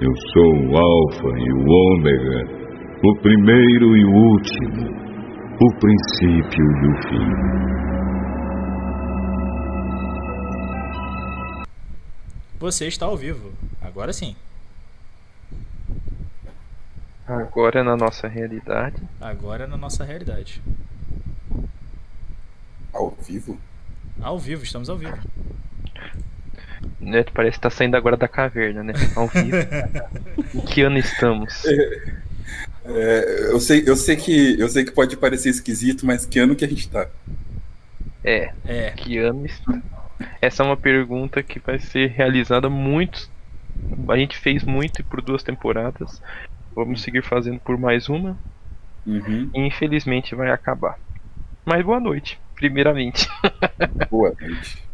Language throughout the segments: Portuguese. Eu sou o Alfa e o Ômega, o primeiro e o último, o princípio e o fim. Você está ao vivo, agora sim. Agora na nossa realidade. Agora na nossa realidade. Ao vivo? Ao vivo, estamos ao vivo. Neto parece que tá saindo agora da caverna, né? Ao vivo. em que ano estamos? É, é, eu, sei, eu, sei que, eu sei que pode parecer esquisito, mas que ano que a gente tá? É, é. que ano está? Essa é uma pergunta que vai ser realizada muito. A gente fez muito por duas temporadas. Vamos seguir fazendo por mais uma. Uhum. E infelizmente vai acabar. Mas boa noite, primeiramente. Boa noite.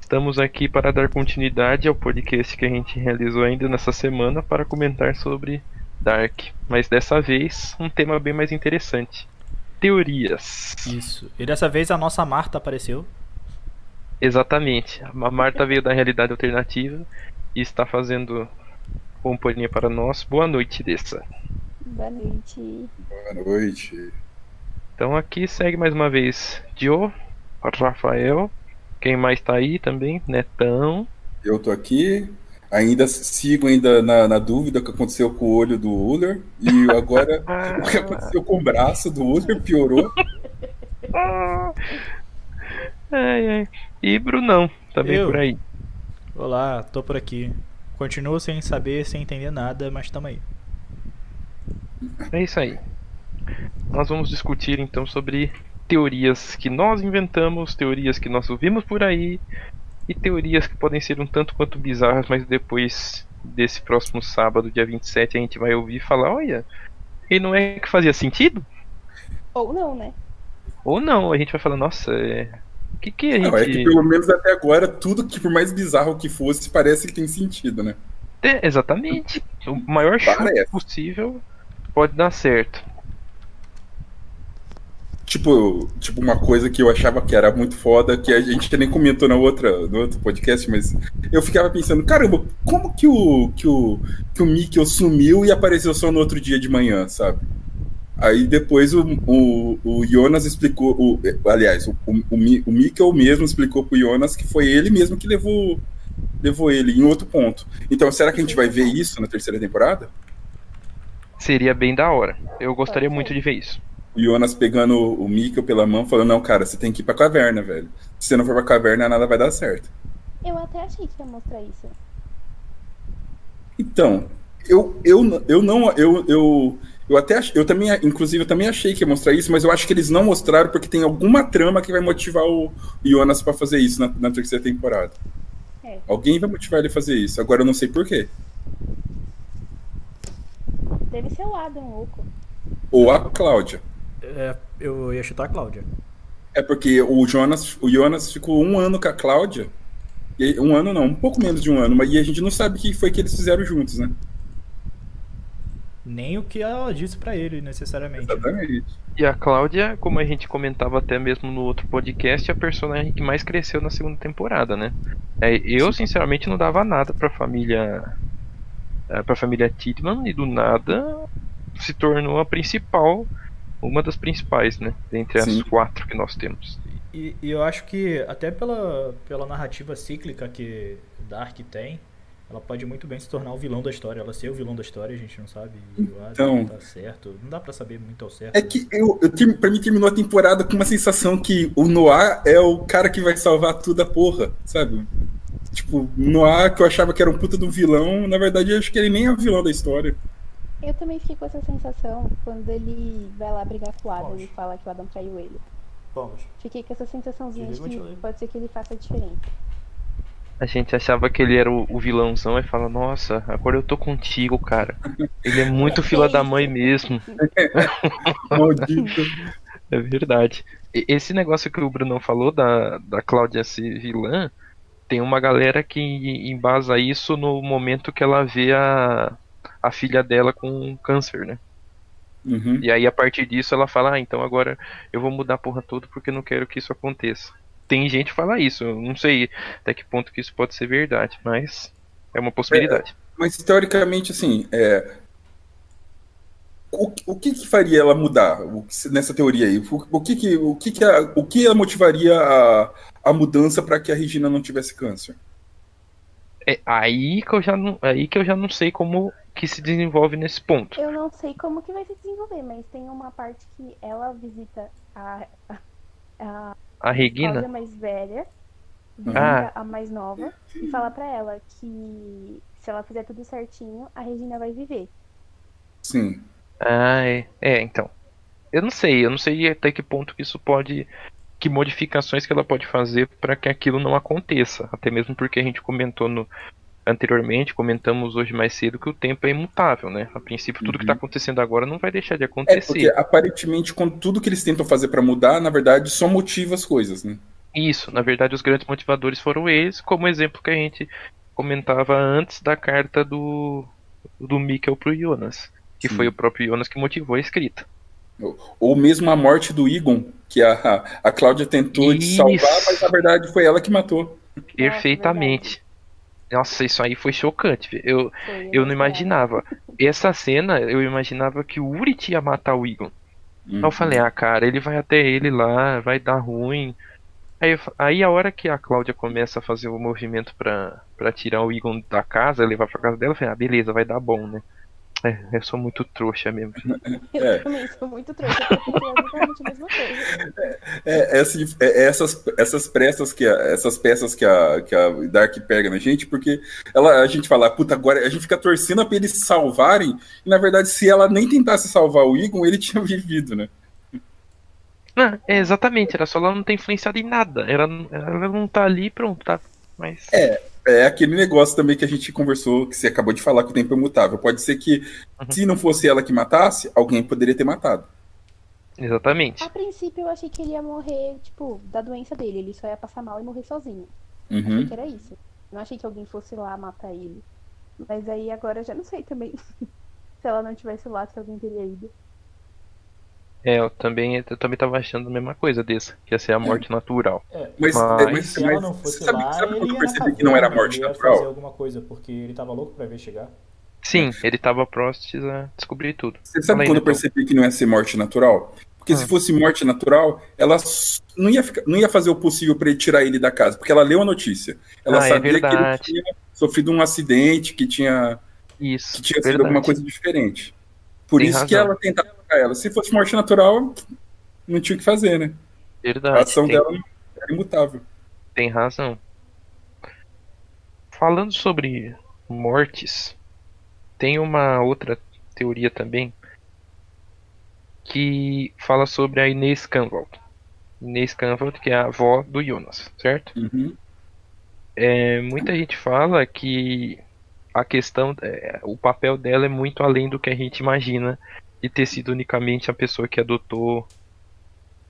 Estamos aqui para dar continuidade ao podcast que a gente realizou ainda nessa semana para comentar sobre Dark, mas dessa vez um tema bem mais interessante: teorias. Isso. E dessa vez a nossa Marta apareceu. Exatamente. A Marta veio da realidade alternativa e está fazendo companhia para nós. Boa noite, Dessa. Boa noite. Boa noite. Então aqui segue mais uma vez Dio, Rafael, quem mais tá aí também? Netão. Eu tô aqui. Ainda sigo ainda na, na dúvida o que aconteceu com o olho do Uller. E agora o que aconteceu com o braço do Uller piorou. ai, ai. É, E Brunão, também Eu? por aí. Olá, tô por aqui. Continuo sem saber, sem entender nada, mas tamo aí. É isso aí. Nós vamos discutir então sobre teorias que nós inventamos, teorias que nós ouvimos por aí e teorias que podem ser um tanto quanto bizarras, mas depois desse próximo sábado, dia 27, a gente vai ouvir e falar: olha, e não é que fazia sentido? Ou não, né? Ou não, a gente vai falar: nossa, é. O que, que a gente. Não, é que pelo menos até agora, tudo que por mais bizarro que fosse, parece que tem sentido, né? É, exatamente. O maior Tá, chute possível pode dar certo tipo, tipo uma coisa que eu achava que era muito foda, que a gente nem comentou na outra, no outro podcast, mas eu ficava pensando, caramba, como que o que o que o Mikkel sumiu e apareceu só no outro dia de manhã, sabe? Aí depois o, o, o Jonas explicou, o, aliás, o, o, o Mikkel mesmo explicou pro Jonas que foi ele mesmo que levou levou ele em outro ponto. Então, será que a gente vai ver isso na terceira temporada? Seria bem da hora. Eu gostaria muito de ver isso o Jonas pegando o Mikkel pela mão, falando: Não, cara, você tem que ir pra caverna, velho. Se você não for pra caverna, nada vai dar certo. Eu até achei que ia mostrar isso. Então, eu, eu, eu não. Eu, eu, eu até eu também, inclusive, eu também achei que ia mostrar isso, mas eu acho que eles não mostraram porque tem alguma trama que vai motivar o Jonas para fazer isso na, na terceira temporada. É. Alguém vai motivar ele a fazer isso, agora eu não sei porquê. Deve ser o Adam Oco. Ou a Cláudia. É, eu ia chutar a Cláudia. É porque o Jonas, o Jonas ficou um ano com a Cláudia. E, um ano não, um pouco menos de um ano, mas e a gente não sabe o que foi que eles fizeram juntos, né? Nem o que ela disse para ele, necessariamente. Exatamente. E a Cláudia, como a gente comentava até mesmo no outro podcast, é a personagem que mais cresceu na segunda temporada, né? É, eu, sinceramente, não dava nada pra família. é, pra família Tidman, e do nada se tornou a principal uma das principais, né? Dentre Sim. as quatro que nós temos. E, e, eu acho que até pela, pela narrativa cíclica que Dark tem, ela pode muito bem se tornar o vilão da história. Ela ser o vilão da história, a gente não sabe. Então, tá certo. Não dá para saber muito ao certo. É né? que eu, eu para mim terminou a temporada com uma sensação que o Noah é o cara que vai salvar tudo a porra, sabe? Tipo, Noah que eu achava que era um puta do vilão, na verdade eu acho que ele nem é o vilão da história. Eu também fiquei com essa sensação quando ele vai lá brigar com o Adam Vamos. e fala que o Adam traiu ele. Vamos. Fiquei com essa sensaçãozinha de que pode ser que ele faça diferente. A gente achava que ele era o, o vilãozão e fala, nossa, agora eu tô contigo, cara. Ele é muito fila da mãe mesmo. Maldito. É verdade. E, esse negócio que o Bruno falou da, da Cláudia ser vilã, tem uma galera que embasa isso no momento que ela vê a, a filha dela com câncer, né? Uhum. E aí a partir disso ela fala, ah, então agora eu vou mudar a porra toda porque não quero que isso aconteça. Tem gente que fala isso, eu não sei até que ponto que isso pode ser verdade, mas é uma possibilidade. É. Mas teoricamente, assim, é, o, o que, que faria ela mudar o que se- nessa teoria aí? O, o que que, o que que a, o que ela motivaria a, a mudança para que a Regina não tivesse câncer? É aí que eu já não, aí que eu já não sei como que se desenvolve nesse ponto. Eu não sei como que vai se desenvolver, mas tem uma parte que ela visita a A Regina, Ah. Cláudia mais velha, visita a mais nova, e fala pra ela que se ela fizer tudo certinho, a Regina vai viver. Sim. ah, é, é, então. Eu não sei, eu não sei até que ponto que isso pode que modificações que ela pode fazer para que aquilo não aconteça, até mesmo porque a gente comentou no anteriormente, comentamos hoje mais cedo que o tempo é imutável, né? A princípio tudo que está Uhum. acontecendo agora não vai deixar de É, acontecer. porque aparentemente, quando tudo que eles tentam fazer para mudar, na verdade, só motiva as coisas, né? Isso, na verdade, os grandes motivadores foram eles, como exemplo que a gente comentava antes da carta do, do Mikkel pro Jonas, que Sim. foi o próprio Jonas que motivou a escrita. Ou mesmo a morte do Egon, que a, a Cláudia tentou Isso. salvar, mas na verdade foi ela que matou. Perfeitamente. Nossa, isso aí foi chocante. velho. Eu, Foi eu não inesperado. imaginava. Essa cena, eu imaginava que o Urit ia matar o Egon. Hum. Aí eu falei, ah, cara, ele vai até ele lá, vai dar ruim. Aí, eu fa- aí a hora que a Cláudia começa a fazer o movimento pra, pra tirar o Egon da casa, levar pra casa dela, eu falei, ah, beleza, vai dar bom, né? É, eu sou muito trouxa mesmo. Eu É. também sou muito trouxa, porque eu fiz exatamente a mesma coisa. É, essa- é, essas, essas peças que a, essas peças que a, que a Dark pega na gente, porque ela, a gente fala, puta, agora a gente fica torcendo pra eles se salvarem, e na verdade, se ela nem tentasse salvar o Egon, ele tinha vivido, né? Não, é, exatamente, era só ela não ter influenciado em nada. Ela, ela não tá ali, pronto, tá. Mas. É, É aquele negócio também que a gente conversou, que você acabou de falar que o tempo é mutável. Pode ser que, Uhum. se não fosse ela que matasse, alguém poderia ter matado. Exatamente. A princípio eu achei que ele ia morrer, tipo, da doença dele, ele só ia passar mal e morrer sozinho. Uhum. Achei que era isso. Não achei que alguém fosse lá matar ele. Mas aí agora eu já não sei também. se ela não tivesse lá, se alguém teria ido. É, eu também, eu também tava achando a mesma coisa dessa, que ia ser a morte natural. Mas, é, Mas mas- se ela mas não fosse você sabe, lá, sabe ele quando ia eu na percebi que caverna, não era morte ele ia fazer natural? alguma coisa, porque ele tava louco pra ver chegar. Sim, É. ele tava próximo a descobrir tudo. Você sabe Fala aí, né, quando eu Netão. percebi que não ia ser morte natural? Porque se Hum. Ah. fosse morte natural, ela s- não ia, ficar- não ia fazer o possível para tirar ele da casa, porque ela leu a notícia. Ela Ah, é sabia que ele verdade. tinha sofrido um acidente, que tinha, Isso. que tinha sido verdade. alguma coisa diferente. Por Tem isso que razão. ela tentava atacar ela. Se fosse morte natural, não tinha o que fazer, né? Verdade. A ação tem- dela era imutável. Tem razão. Falando sobre mortes, tem uma outra teoria também que fala sobre a Inês Canvald. Inês Canvald, que é a avó do Jonas, certo? Uhum. É, muita gente fala que a questão, é, o papel dela é muito além do que a gente imagina de ter sido unicamente a pessoa que adotou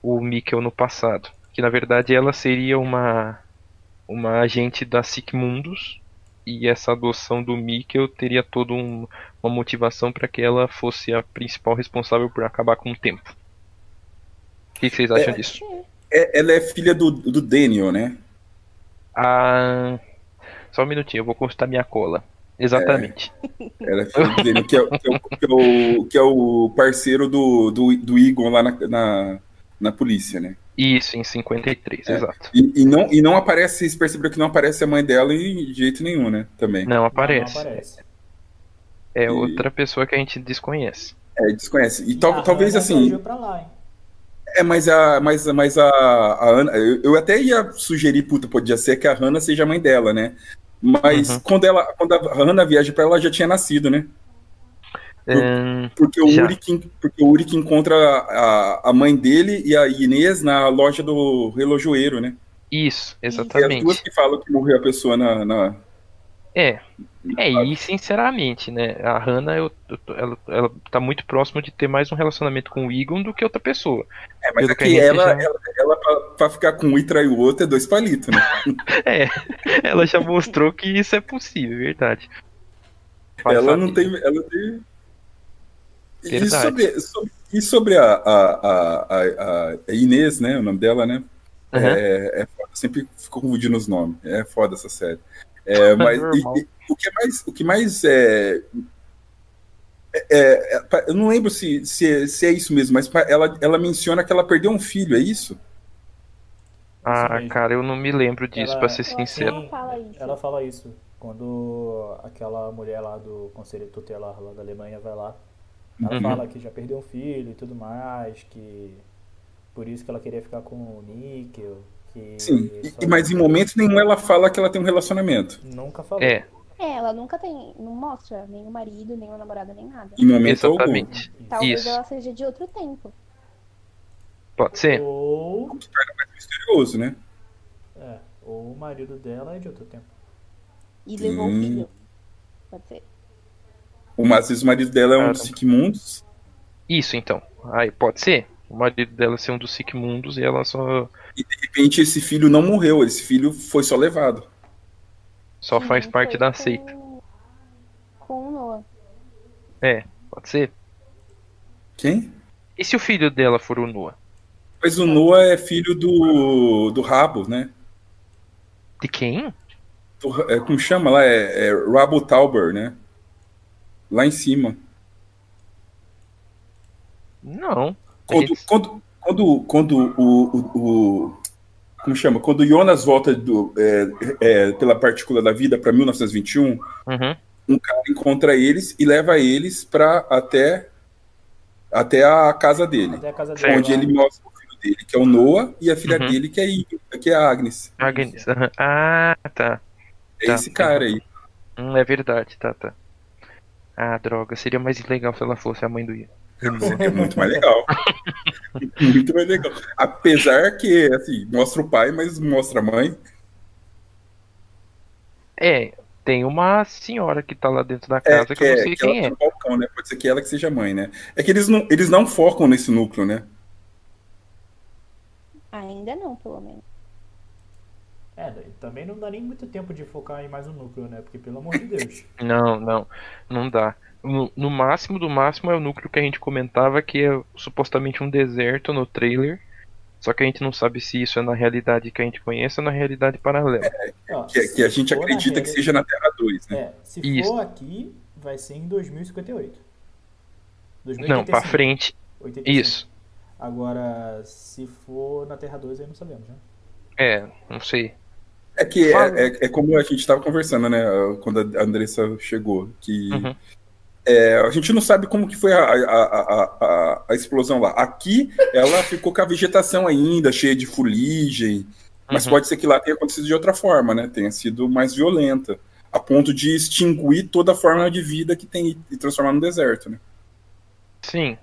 o Mikkel no passado. Que na verdade ela seria uma, uma agente da Sigmundus e essa adoção do Mikkel teria toda um- uma motivação para que ela fosse a principal responsável por acabar com o tempo. O que que vocês É. acham disso? É- ela é filha do, do Daniel, né? Ah, só um minutinho, eu vou consultar minha cola. Exatamente. Ela é filha do Daniel, que é, que é o- que é o, que é o parceiro do, do, do Egon lá na, na, na polícia, né? Isso, em 53, É. exato. E, e não, e não aparece, vocês perceberam que não aparece a mãe dela em jeito nenhum, né? Também. Não Não, não aparece. aparece. É outra pessoa que a gente desconhece. É, desconhece. E tal- Ah, talvez mas assim. viajou pra lá, hein? É, mas a, mas, mas a, a Ana. Eu, eu até ia sugerir, puta, podia ser que a Hannah seja a mãe dela, né? Mas Uhum. quando, ela, quando a Hannah viaja pra ela, ela já tinha nascido, né? Ahn, Porque o, Uhum. Já. Uri que, porque o Uri que encontra a, a- a mãe dele e a Inês na loja do relojoeiro, né? isso, E as duas exatamente. que falam que morreu a pessoa na. na- É. na- É, e sinceramente, né? A Hannah, eu- eu tô- ela, ela tá muito próxima de ter mais um relacionamento com o Egon do que outra pessoa. É, mas pelo que a aqui gente ela, já- ela, ela pra, pra ficar com um e trair o outro é dois palitos, né? É, Ela já mostrou que isso é possível, é verdade. Vai ela não saber. tem. Ela não tem... E Verdade. sobre, sobre- e sobre a, a, a, a- a Inês, né? O nome dela, né? Aham. É, é foda, sempre fico confundindo os nomes. É foda essa série. É, mas e- e- o que mais, o que mais é, é- é- pa- eu não lembro se, se, é- se é isso mesmo, mas pa- ela, ela menciona que ela perdeu um filho, é isso? Ah, mesmo. cara, eu não me lembro disso, Ela- assim, pra ser ela sincero. Ela fala assim, isso. Ela fala isso quando aquela mulher lá do conselho tutelar lá da Alemanha vai lá. Ela Uhum. fala que já perdeu um filho e tudo mais, que por isso que ela queria ficar com o Níquel, que Sim. E- só- mas em momento nenhum ela fala que ela tem um relacionamento. nunca falou. É, É, ela nunca tem, não mostra nem o marido, nem o namorado, nem nada. Em momento algum. exatamente. Talvez Isso. ela seja de outro tempo. Pode ser? Ou, Curioso, né? é, ou o marido dela é de outro tempo. E levou Hum. um filho. Pode ser. O, às vezes o marido dela é um Cara. dos Sigmundos. Isso então. Aí pode ser? O marido dela ser um dos Sigmundos e ela só, De repente esse filho não morreu, esse filho foi só levado. só Sim, faz parte foi da com- seita. Com o Noah. Pode ser? Quem? E se o filho dela for o Noah? Mas o Noah é filho do, do Rabo, né? De quem? Do- é, como chama lá? É, é Rabo Tauber, né? Lá em cima. Não. Quando, Eles- quando, quando, quando o, o- o- Como chama? Quando o Jonas volta do, é, é, pela partícula da vida para 1921, Uhum. um cara encontra eles e leva eles para até, até a casa dele. Até é a casa Certo. dela. Onde ele mostra o filho dele, que é o Noah, e a filha Uhum. dele, que é, a Ingrid, que é a Agnes. Agnes. aham. Ah, tá. É Tá. esse cara aí. Hum, é verdade, tá, tá. Ah, droga. Seria mais legal se ela fosse a mãe do Ian. É muito mais legal. muito mais legal. Apesar que, assim, mostra o pai, mas mostra a mãe. É, tem uma senhora que tá lá dentro da É, casa que que, eu não é, sei que ela quem tá é. no balcão, né? Pode ser que ela que seja mãe, né? É que eles não, eles não focam nesse núcleo, né? Ainda não, pelo menos. É, daí também não dá nem muito tempo de focar em mais um núcleo, né? Porque pelo amor de Deus. tá- Não, não, não dá. No, no máximo do máximo é o núcleo que a gente comentava que é supostamente um deserto no trailer. Só que a gente não sabe se isso é na realidade que a gente conhece ou na realidade paralela. É, Ó, Que, que a se gente for na acredita que reali- seja na Terra 2, né? É, se Isso. for aqui, vai ser em 2058. Não, pra frente. 85. Isso. Agora, se for na Terra 2, aí não sabemos, né? É, não sei. É que Fala. é, é, é como a gente estava conversando, né? Quando a Andressa chegou, que Uhum. é, a gente não sabe como que foi a, a, a, a, a explosão lá. Aqui ela ficou com a vegetação ainda, cheia de fuligem, mas Uhum. pode ser que lá tenha acontecido de outra forma, né? Tenha sido mais violenta, a ponto de extinguir toda a forma de vida que tem e transformar num deserto, né? Sim.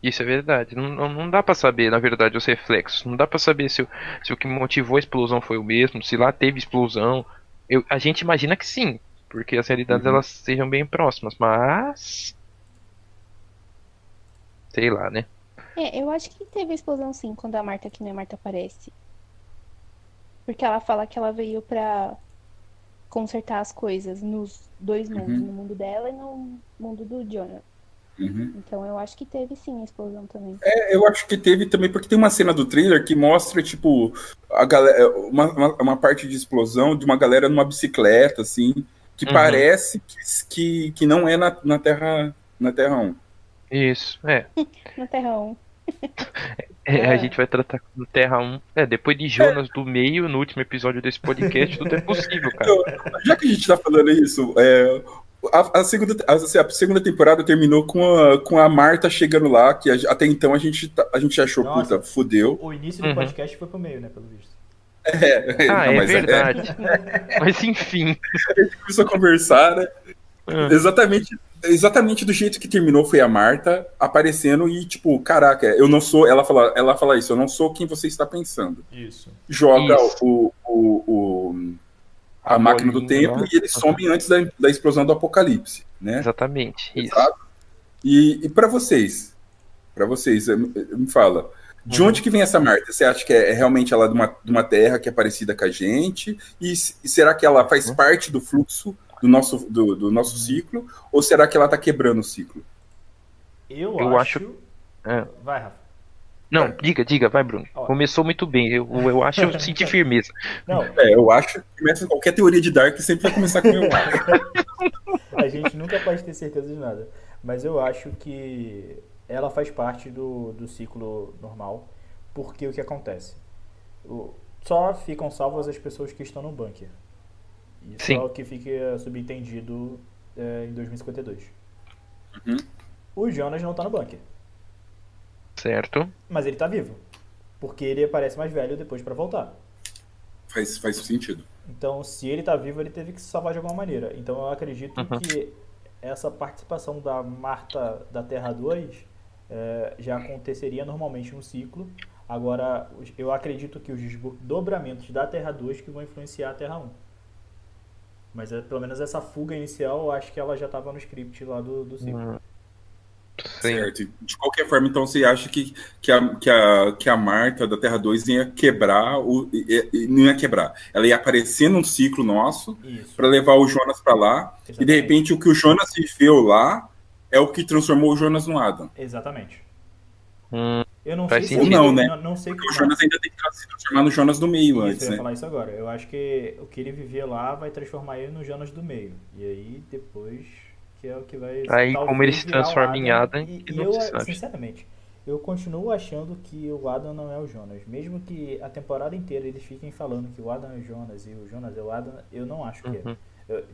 Isso é verdade. Não, não, não dá pra saber, na verdade, os reflexos. Não dá pra saber se, o- se o que motivou a explosão foi o mesmo, se lá teve explosão. Eu, a gente imagina que sim, porque as realidades Uhum. elas sejam bem próximas, mas sei lá, né? É, eu acho que teve a explosão sim, quando a Marta, que nem a Marta aparece. Porque ela fala que ela veio pra consertar as coisas nos dois mundos, Uhum. no mundo dela e no mundo do Jonah. Uhum. Então eu acho que teve sim a explosão também. É. Eu acho que teve também, porque tem uma cena do trailer que mostra, tipo, a galera, uma, uma, uma parte de explosão de uma galera numa bicicleta, assim, que Uhum. parece que, que, que não é na, na Terra na Terra 1. Isso, é. Na Terra 1. É, É. A gente vai tratar do Terra 1. É, depois de Jonas do meio, no último episódio desse podcast, tudo é possível, cara. Já que a gente tá falando isso, é, a, a segunda, a, assim, a segunda temporada terminou com a, com a Marta chegando lá, que a- até então a gente, tá- a gente achou, Nossa. puta, fudeu. O início do Uhum. podcast foi pro meio, né? Pelo visto. Ah, Não, é mas verdade. Mas enfim. começou a conversar, né? Ah. Exatamente, exatamente do jeito que terminou foi a Marta aparecendo e tipo, caraca, eu não sou, ela fala, ela fala isso, eu não sou quem você está pensando. Isso. Joga Isso. o, o, o- a, máquina do bolinha tempo lá. e ele some antes da, da explosão do apocalipse, né? Exatamente. Isso. Exato. E, e para vocês, para vocês, eh, me fala, de Uhum. onde que vem essa Marta? Você acha que é, é realmente ela de uma, de uma terra que é parecida com a gente? E, s- e será que ela faz Uhum. parte do fluxo do nosso, do, do nosso ciclo? Ou tá será que ela está quebrando o ciclo? Eu, Eu acho. acho- É. Vai, Rafa. Não, diga, diga, vai, Bruno. Começou muito bem. Eu, eu acho eu senti firmeza. Não, É, eu acho que começa qualquer teoria de Dark sempre vai começar com eu acho. a gente nunca pode ter certeza de nada. Mas eu acho que ela faz parte do, do ciclo normal, porque o que acontece? O- só ficam salvas as pessoas que estão no bunker. Isso Sim. é o que fica subentendido é, em 2052. O Jonas não tá no bunker, Certo. mas ele tá vivo. Porque ele aparece mais velho depois pra voltar. Faz, faz sentido. Então, se ele tá vivo, ele teve que se salvar de alguma maneira. Então, eu acredito Uhum. que essa participação da Marta da Terra 2 eh, já aconteceria normalmente no ciclo. Agora, os- eu acredito que os desdobramentos da Terra 2 que vão influenciar a Terra 1. Mas eh, pelo menos essa fuga inicial, eu acho que ela já estava no script lá do, do ciclo. Hum, Sim. Certo. De qualquer forma, então você acha que, que, a, que, a, que a Marta da Terra 2 ia quebrar o. e- e- não ia quebrar. Ela ia aparecer num ciclo nosso Isso. pra levar o Jonas pra lá. E de exatamente. repente o que o Jonas viveu lá é o que transformou o Jonas no Adam. Exatamente. Hum, Eu não Faz sei se sentido. Não, né? não, não sei Porque o como- é. Jonas ainda tem que se transformar no Jonas do meio Isso, é. antes, eu ia né? falar isso agora. Eu acho que o que ele vivia lá vai transformar ele no Jonas do meio. E aí depois que é o que vai. Aí, talvez como ele se virar o transforma em Adam, E, que e não eu, se sabe. sinceramente, eu continuo achando que o Adam não é o Jonas. Mesmo que a temporada inteira eles fiquem falando que o Adam é o Jonas e o Jonas é o Adam, eu não acho que é. Uhum. Eu-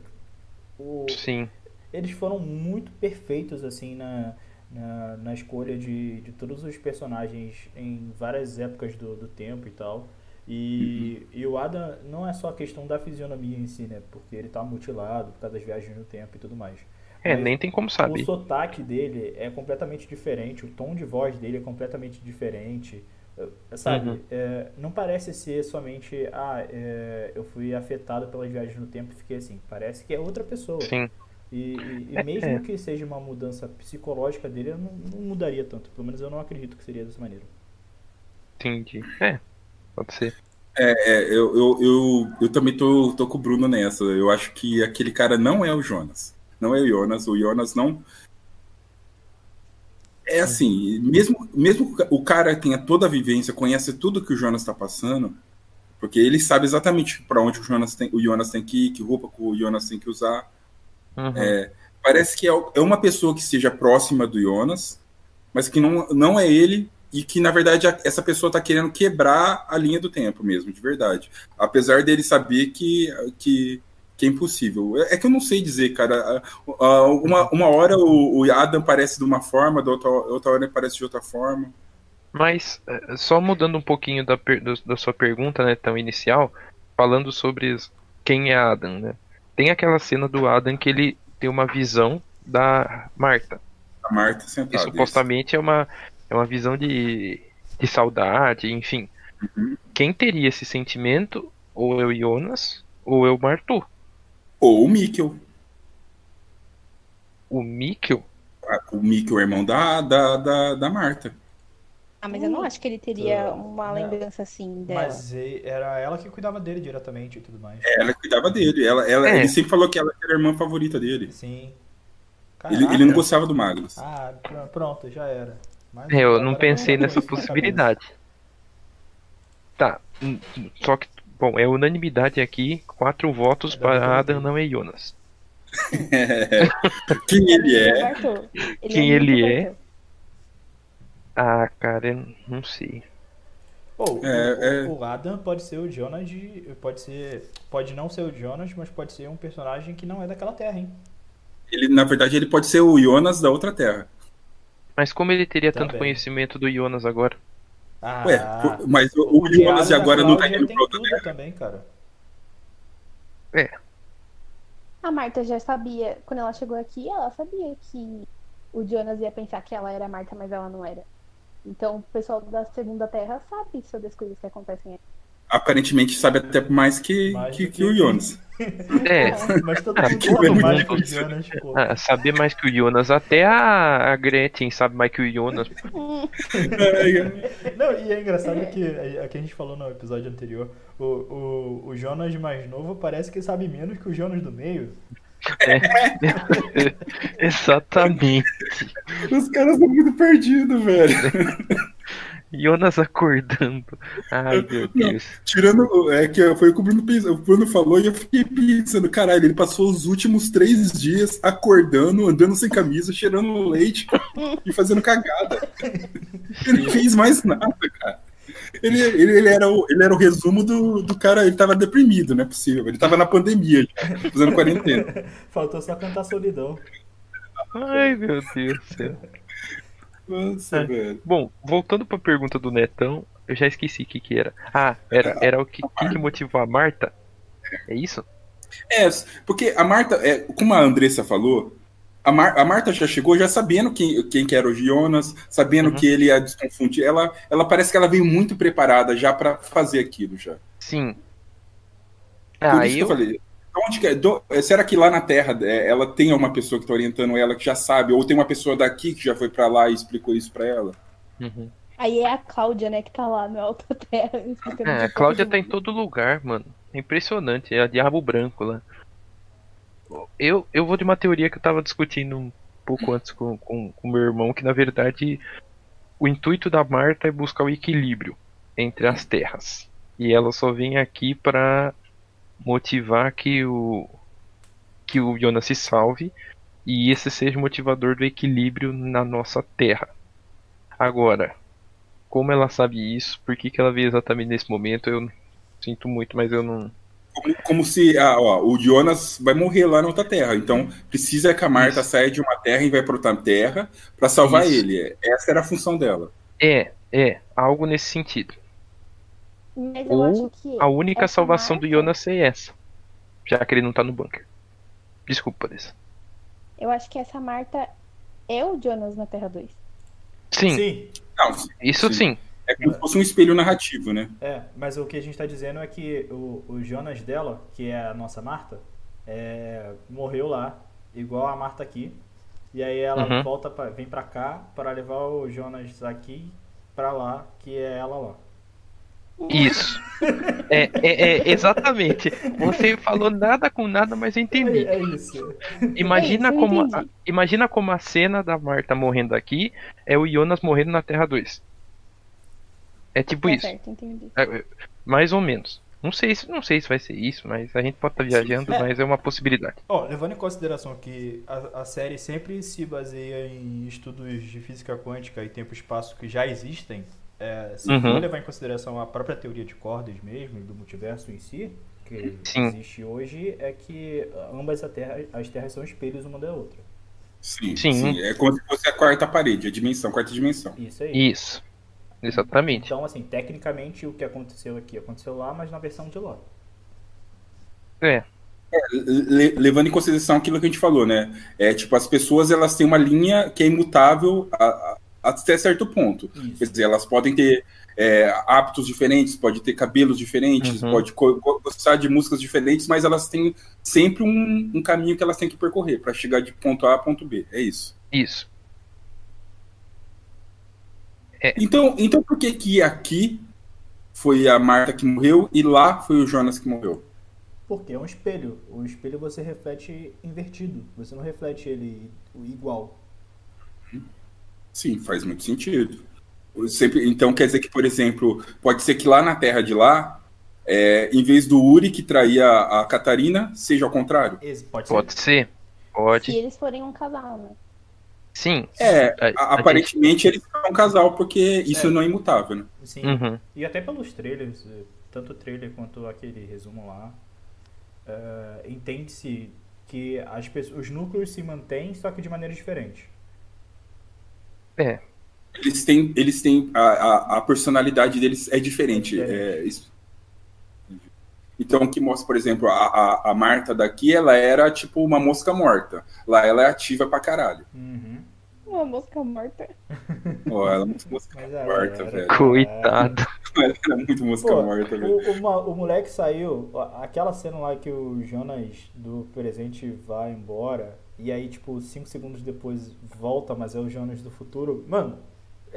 o- sim. eles foram muito perfeitos assim na, na, na escolha de, de todos os personagens em várias épocas do, do tempo e tal. E, e o Adam não é só a questão da fisionomia em si, né? Porque ele tá mutilado por causa das viagens no tempo e tudo mais. É, Mas nem tem como o saber. sotaque dele é completamente diferente, o tom de voz dele é completamente diferente. eh, Sabe? Uhum. É, não parece ser somente, ah, é, eu fui afetado pelas viagens no tempo e fiquei assim. Parece que é outra pessoa. Sim. E, e- e mesmo que seja uma mudança psicológica dele, eu não, não mudaria tanto. Pelo menos eu não acredito que seria dessa maneira. Entendi. É, pode ser. É, eu, eu, eu, eu também tô, tô com o Bruno nessa. Eu acho que aquele cara não é o Jonas. Não é o Jonas. O Jonas não. É assim, mesmo, mesmo que o cara tenha toda a vivência, conhece tudo que o Jonas tá passando, porque ele sabe exatamente para onde o Jonas, tem, o Jonas tem que ir, que roupa que o Jonas tem que usar. Uhum. Parece que é é uma pessoa que seja próxima do Jonas, mas que não, não é ele, e que, na verdade, a- essa pessoa está querendo quebrar a linha do tempo mesmo, de verdade. Apesar dele saber que, que, que é impossível. É, é que eu não sei dizer, cara. A- a- Uma, uma hora o, o Adam parece de uma forma, da outra, outra hora ele parece de outra forma. Mas eh, só mudando um pouquinho da, per- do- da sua pergunta, né, tão inicial, falando sobre s- quem é Adam, né? Tem aquela cena do Adam que ele tem uma visão da Marta. A Marta E sentada. supostamente é uma, é uma visão de, de saudade, enfim. Quem teria esse sentimento, ou é o Jonas, ou é o Martu. Ou o Mikkel. O Mikkel, Ah, O Mikkel é irmão da, da, da, da Marta. Ah, mas eu não acho que ele teria Puta, uma não. lembrança assim dela. Mas e- era ela que cuidava dele diretamente e tudo mais. Ela cuidava dele. Ela, ela, É. Ele sempre falou que ela era a irmã favorita dele. Sim. Ele, ele não gostava do Magnus. Tá Ah, pr- pronto, já era. Mas É, eu agora não eu pensei tô com nessa isso na cabeça. possibilidade. Tá, hum, hum, só que, bom, é unanimidade aqui, quatro votos Cada um para tem Adam, um. não é Jonas. Quem ele é? Bartô. Ele Quem muito ele é? Bartô. Ah, cara, eu não sei. Ou, o- É, é. o, Adam pode ser o Jonas de. Pode ser. Pode não ser o Jonas, mas pode ser um personagem que não é daquela terra, hein? Ele, na verdade, ele pode ser o Jonas da outra terra. Mas como ele teria Tá tanto bem. conhecimento do Jonas agora? Ah, Ué, o- mas o, o Jonas de Adam agora não tá Cláudia indo tem pra outra tudo terra. também, cara. A Marta já sabia, quando ela chegou aqui, ela sabia que o Jonas ia pensar que ela era a Marta, mas ela não era. Então o pessoal da Segunda Terra sabe sobre as coisas que acontecem aqui. Aparentemente sabe até mais que, Mais que, do que que- o Jonas. É, Mas todo Ah, mundo que é sabe muito mais que o difícil. Jonas, pô. ah, saber mais que o Jonas, até a, a Gretchen sabe mais que o Jonas. Não, e é engraçado que a, a que a gente falou no episódio anterior, o, o, o Jonas mais novo parece que sabe menos que o Jonas do meio. Exatamente. é. Os caras estão muito perdidos, velho. Jonas acordando. Ai, meu Deus. Tirando. É que foi o que o Bruno, pens- o Bruno falou e eu fiquei pensando, caralho, ele passou os últimos três dias acordando, andando sem camisa, cheirando leite e fazendo cagada. Ele não fez mais nada, cara. Ele, ele, ele era, o, ele era o resumo do, do cara, ele tava deprimido, não é possível. Ele tava na pandemia, já, fazendo quarentena. Faltou só cantar solidão. Ai, meu Deus do céu. Nossa, É. velho. Bom, voltando pra pergunta do Netão, eu já esqueci o que que era. Ah, era, era o que, que que motivou a Marta? É isso? É, porque a Marta, é, como a Andressa falou, a, Mar- a Marta já chegou já sabendo quem, quem que era o Jonas, sabendo Uhum. que ele ia desconfundir. Ela, ela parece que ela veio muito preparada já pra fazer aquilo já. Sim. Por Ah, isso que eu eu, falei. Onde que é? Do- é, será que lá na Terra é, ela tem uma pessoa que tá orientando ela que já sabe? Ou tem uma pessoa daqui que já foi pra lá e explicou isso pra ela? Uhum. Aí é a Cláudia, né, que tá lá no Alta Terra. explicando É, de a Cláudia tudo. tá em todo lugar, mano. É impressionante, é a Diabo Branco lá. Eu, eu vou de uma teoria que eu tava discutindo um pouco antes com o com, com meu irmão, que na verdade o intuito da Marta é buscar o equilíbrio entre as terras. E ela só vem aqui pra motivar que o que o Jonas se salve e esse seja o motivador do equilíbrio na nossa terra. Agora, como ela sabe isso, por que, que ela veio exatamente nesse momento, eu sinto muito, mas eu não. Como, como se ah, ó, o Jonas vai morrer lá na outra terra. Então precisa que a Marta Isso. saia de uma terra e vai pra outra terra pra salvar Isso. ele. É, Essa era a função dela. É, é, algo nesse sentido. Mas eu Ou acho que. A única Essa salvação do marca- Jonas é essa. Já que ele não tá no bunker. Desculpa, Dessa. Eu acho que essa Marta é o Jonas na Terra 2. Sim, Sim, Não, isso sim. é como se fosse um espelho narrativo, né? é. Mas o que a gente tá dizendo é que o, o Jonas dela, que é a nossa Marta, é, morreu lá, igual a Marta aqui. E aí ela Uhum. volta pra, vem pra cá pra levar o Jonas aqui pra lá, que é ela lá. Isso. É, é, é, exatamente. Você falou nada com nada, mas eu entendi. É, é isso. Imagina É isso, eu como, a, entendi. imagina como a cena da Marta morrendo aqui é o Jonas morrendo na Terra 2. É tipo Tá isso. certo, entendi. É, é, Mais ou menos. Não sei se não sei se vai ser isso, mas a gente pode estar viajando, É. mas é uma possibilidade. Ó, levando em consideração que a, a série sempre se baseia em estudos de física quântica e tempo e espaço que já existem, é, se for Uhum. levar em consideração a própria teoria de cordas mesmo, e do multiverso em si, que Sim. existe hoje, é que ambas a terra, as terras são espelhos uma da outra. Sim, Sim. sim. É como se fosse a quarta parede, a dimensão, a quarta dimensão. Isso aí. Isso. Exatamente. Então, assim, tecnicamente o que aconteceu aqui aconteceu lá, mas na versão de Ló. É. Le- levando em consideração aquilo que a gente falou, né? É tipo, as pessoas elas têm uma linha que é imutável a- a- até certo ponto. Quer Isso. dizer, elas podem ter é, hábitos diferentes, pode ter cabelos diferentes, Uhum. pode co- go- gostar de músicas diferentes, mas elas têm sempre um, um caminho que elas têm que percorrer para chegar de ponto A a ponto B. É isso. Isso. Então, então por que que aqui foi a Marta que morreu e lá foi o Jonas que morreu? Porque é um espelho. O espelho você reflete invertido. Você não reflete ele igual. Sim, faz muito sentido. Eu sempre- então quer dizer que, por exemplo, pode ser que lá na Terra de lá, é, em vez do Uri que traía a a Catarina, seja ao contrário. Esse pode ser. Pode ser. Se Pode. eles forem um casal, né? Sim. A- É, a- a gente- aparentemente eles são um casal, porque isso não é imutável, né? Sim. Uhum. E até pelos trailers, eh, tanto o trailer quanto aquele resumo lá, eh, entende-se que as pessoas, os núcleos se mantêm, só que de maneira diferente. É. Eles têm. Eles têm a, a- a personalidade deles é diferente. é, isso. Então, o que mostra, por exemplo, a, a- a Marta daqui, ela era tipo uma mosca morta. Lá ela é ativa pra caralho. Uhum. Uma mosca morta. Ó, ela é muito mosca Mas ela morta, era- velho. Coitado. Ela era muito mosca Pô, morta, velho. o, o ma- o moleque saiu, a- aquela cena lá que o Jonas do presente vai embora, e aí, tipo, cinco segundos depois volta, mas é o Jonas do futuro. Mano,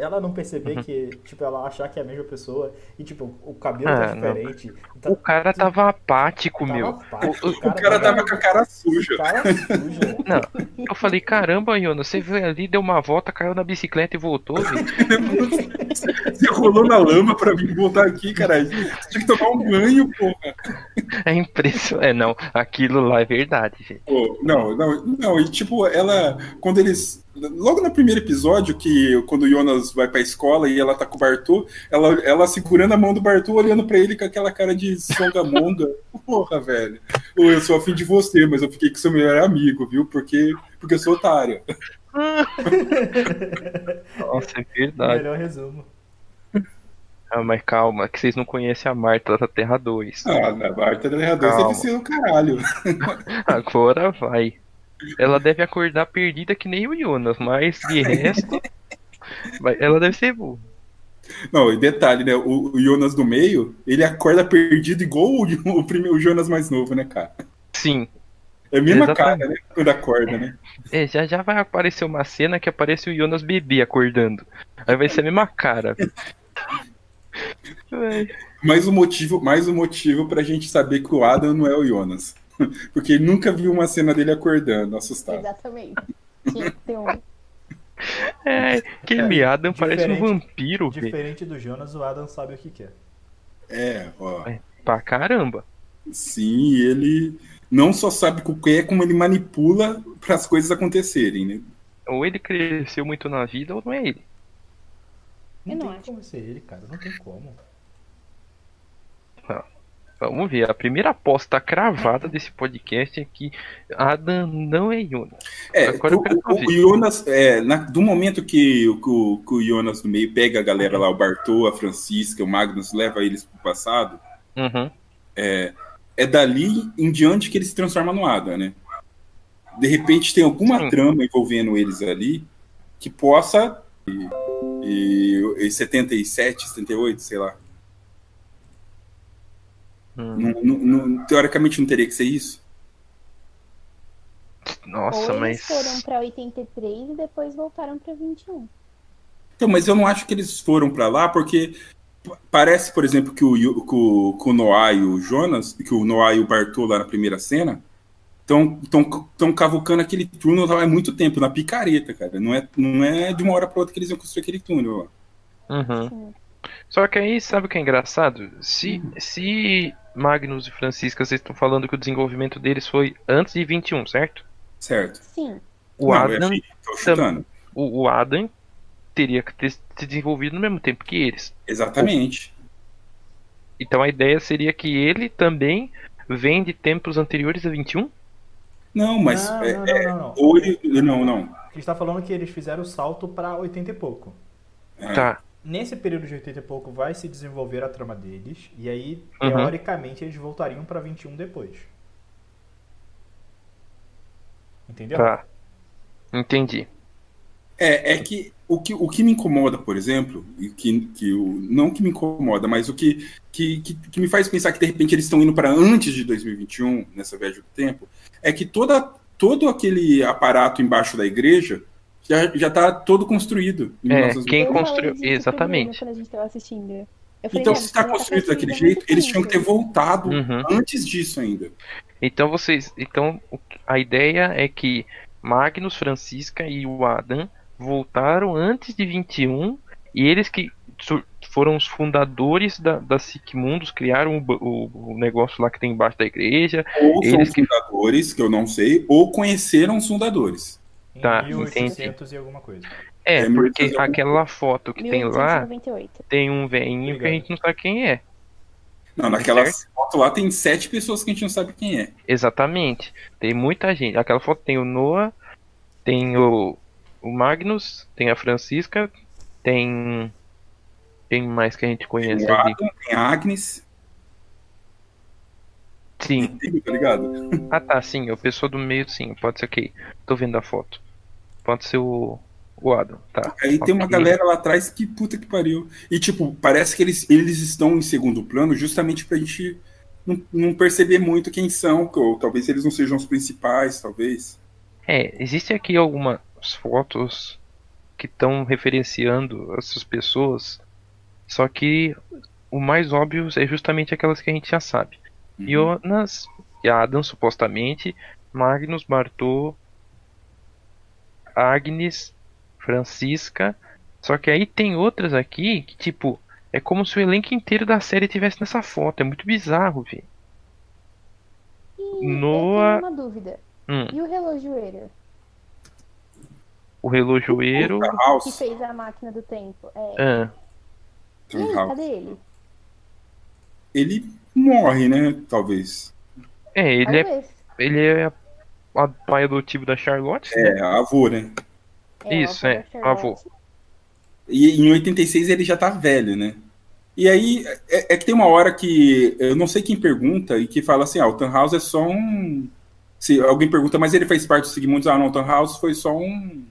ela não Uhum. perceber que, tipo, ela achar que é a mesma pessoa e, tipo, o cabelo Ah, tá não. diferente. tá- O cara tava apático, tava meu. apático, O- O cara tava com a cara o suja. cara sujo. né? Não, eu falei, caramba, Iona, você veio ali, deu uma volta, caiu na bicicleta e voltou, gente. Você rolou na lama pra mim voltar aqui, cara. Você tinha que tomar um banho, porra. É impressionante. É, não, aquilo lá é verdade, gente. Pô, Não, não, não. E tipo, ela. Quando eles. Logo no primeiro episódio, que quando o Jonas vai pra escola e ela tá com o Bartô, ela, ela segurando a mão do Bartô, olhando pra ele com aquela cara de songamonga. Porra, velho. Ou eu sou afim de você, mas eu fiquei com seu melhor amigo, viu? Porque, porque eu sou otário. Nossa, é verdade. Melhor resumo. Ah, mas calma, que vocês não conhecem a Marta da Terra 2. Ah, na Marta da Terra 2 Calma. deve ser o caralho. Agora vai. Ela deve acordar perdida que nem o Jonas, mas de resto. vai- Ela deve ser burra. Não, e detalhe, né? O, o Jonas do meio, ele acorda perdido igual o, o, primeiro- o Jonas mais novo, né, cara? Sim. É a mesma Exatamente. cara, né? Quando acorda, né? É, já já vai aparecer uma cena que aparece o Jonas bebê acordando. Aí vai ser a mesma cara. É, Vai. Mais um motivo, mais um motivo pra gente saber que o Adam não é o Jonas. Porque ele nunca viu uma cena dele acordando, assustado. Tá. Exatamente. Tinha que ter um. É, aquele Adam parece um diferente- vampiro, velho. Diferente do Jonas, o Adam sabe o que quer. É, ó. Pra caramba. Sim, e ele não só sabe o que é, como ele manipula para as coisas acontecerem, né? Ou ele cresceu muito na vida ou não é ele. Não Eu não tem acho. como ser ele, cara. Não tem como. Vamos ver, a primeira aposta cravada desse podcast é que Adam não é Jonas. É, Agora eu o, quero o- o ouvir. Jonas, é, na- do momento que, o- que o- que o Jonas do meio pega a galera lá, o Bartô, a Francisca, o Magnus, leva eles pro passado, Uhum. é dali em diante que ele se transforma no Adam, né? De repente tem alguma Sim. trama envolvendo eles ali que possa. E, e, e 77, 78, sei lá. Hum. Não- não- não- teoricamente não teria que ser isso? Nossa, Ou mas. eles foram pra 83 e depois voltaram pra 21. Então, mas eu não acho que eles foram pra lá, porque p- parece, por exemplo, que o, Yu- que o, que o Noah e o Jonas, que o Noah e o Bartô lá na primeira cena, estão cavucando aquele túnel lá há muito tempo, na picareta, cara. Não é, não é de uma hora pra outra que eles iam construir aquele túnel lá. Uhum. Sim. Só que aí, sabe o que é engraçado? Se, se Magnus e Francisca, vocês estão falando que o desenvolvimento deles foi antes de 21, certo? Certo. Sim. O Não, é Adam, assim, tô chutando. o, o Adam teria que ter se desenvolvido no mesmo tempo que eles. Exatamente. Então a ideia seria que ele também vem de tempos anteriores a 21? Não, mas. não, é- não, é- não, não, não. ou ele- não, não. A gente tá falando que eles fizeram o salto pra 80 e pouco. É. Tá. Nesse período de 80 e pouco vai se desenvolver a trama deles, e aí, Uhum. teoricamente, eles voltariam pra 21 depois. Entendeu? Tá. Entendi. É, é que o, que o que me incomoda, por exemplo, e que, que o, não que me incomoda, mas o que, que, que, que me faz pensar que de repente eles estão indo para antes de 2021, nessa viagem do tempo, é que toda, todo aquele aparato embaixo da igreja já, já tá todo construído. em É, 1900. quem Eu falei construiu- disso pro exatamente. Bruno Quando a gente tava assistindo. Eu falei, Então, "Gente, se está ela tá construído daquele construída há jeito, muito eles tinham que ter tempo." voltado Uhum. antes disso ainda. Então vocês, então o que- a ideia é que Magnus, Francisca e o Adam voltaram antes de 21 e eles que sur- foram os fundadores da, da Sigmundos, criaram o, ba- o- o negócio lá que tem embaixo da igreja. Ou são Eles que- fundadores, que eu não sei, ou conheceram os fundadores. Em Tá, 1800 e alguma coisa. É, É, porque 1800 aquela foto que tem lá 1898. tem um veinho que a Obrigado. gente não sabe quem é. Não, naquela foto lá tem sete pessoas que a gente não sabe quem é. Exatamente. Tem muita gente. Aquela foto tem o Noah, tem o, o Magnus, tem a Francisca, tem. Tem mais que a gente conhece Tem o ali. Adam, tem a Agnes. Sim. Sim, tá ligado? Ah tá, sim, o pessoa do meio sim, pode ser ok. Tô vendo a foto. Pode ser o. O Adam, tá. Aí tem uma Ok. galera lá atrás que puta que pariu. E tipo, parece que eles, eles estão em segundo plano justamente pra gente não, não perceber muito quem são, que ou talvez eles não sejam os principais, talvez. É, existe aqui algumas fotos que estão referenciando essas pessoas. Só que o mais óbvio é justamente aquelas que a gente já sabe. Jonas e Adam, supostamente, Magnus, Bartô, Agnes, Francisca. Só que aí tem outras aqui que, tipo, é como se o elenco inteiro da série tivesse nessa foto. É muito bizarro, velho. E Noah- eu tenho uma dúvida. Hum, E o relojoeiro o relojoeiro. Outra que House. fez a máquina do tempo? É. Ah, E aí, House. cadê ele? Ele morre, né? Talvez. é, ele é, Talvez. ele é a- a pai adotivo da Charlotte. né? É, avô, né? Isso, o é, Charlotte. avô. E em 86 ele já tá velho, né? E aí, é, é que tem uma hora que eu não sei quem pergunta e que fala assim: ah, o Tannhaus é só um. Se alguém pergunta, mas ele faz parte do Sigmund, ah, não, o Tannhaus foi só um.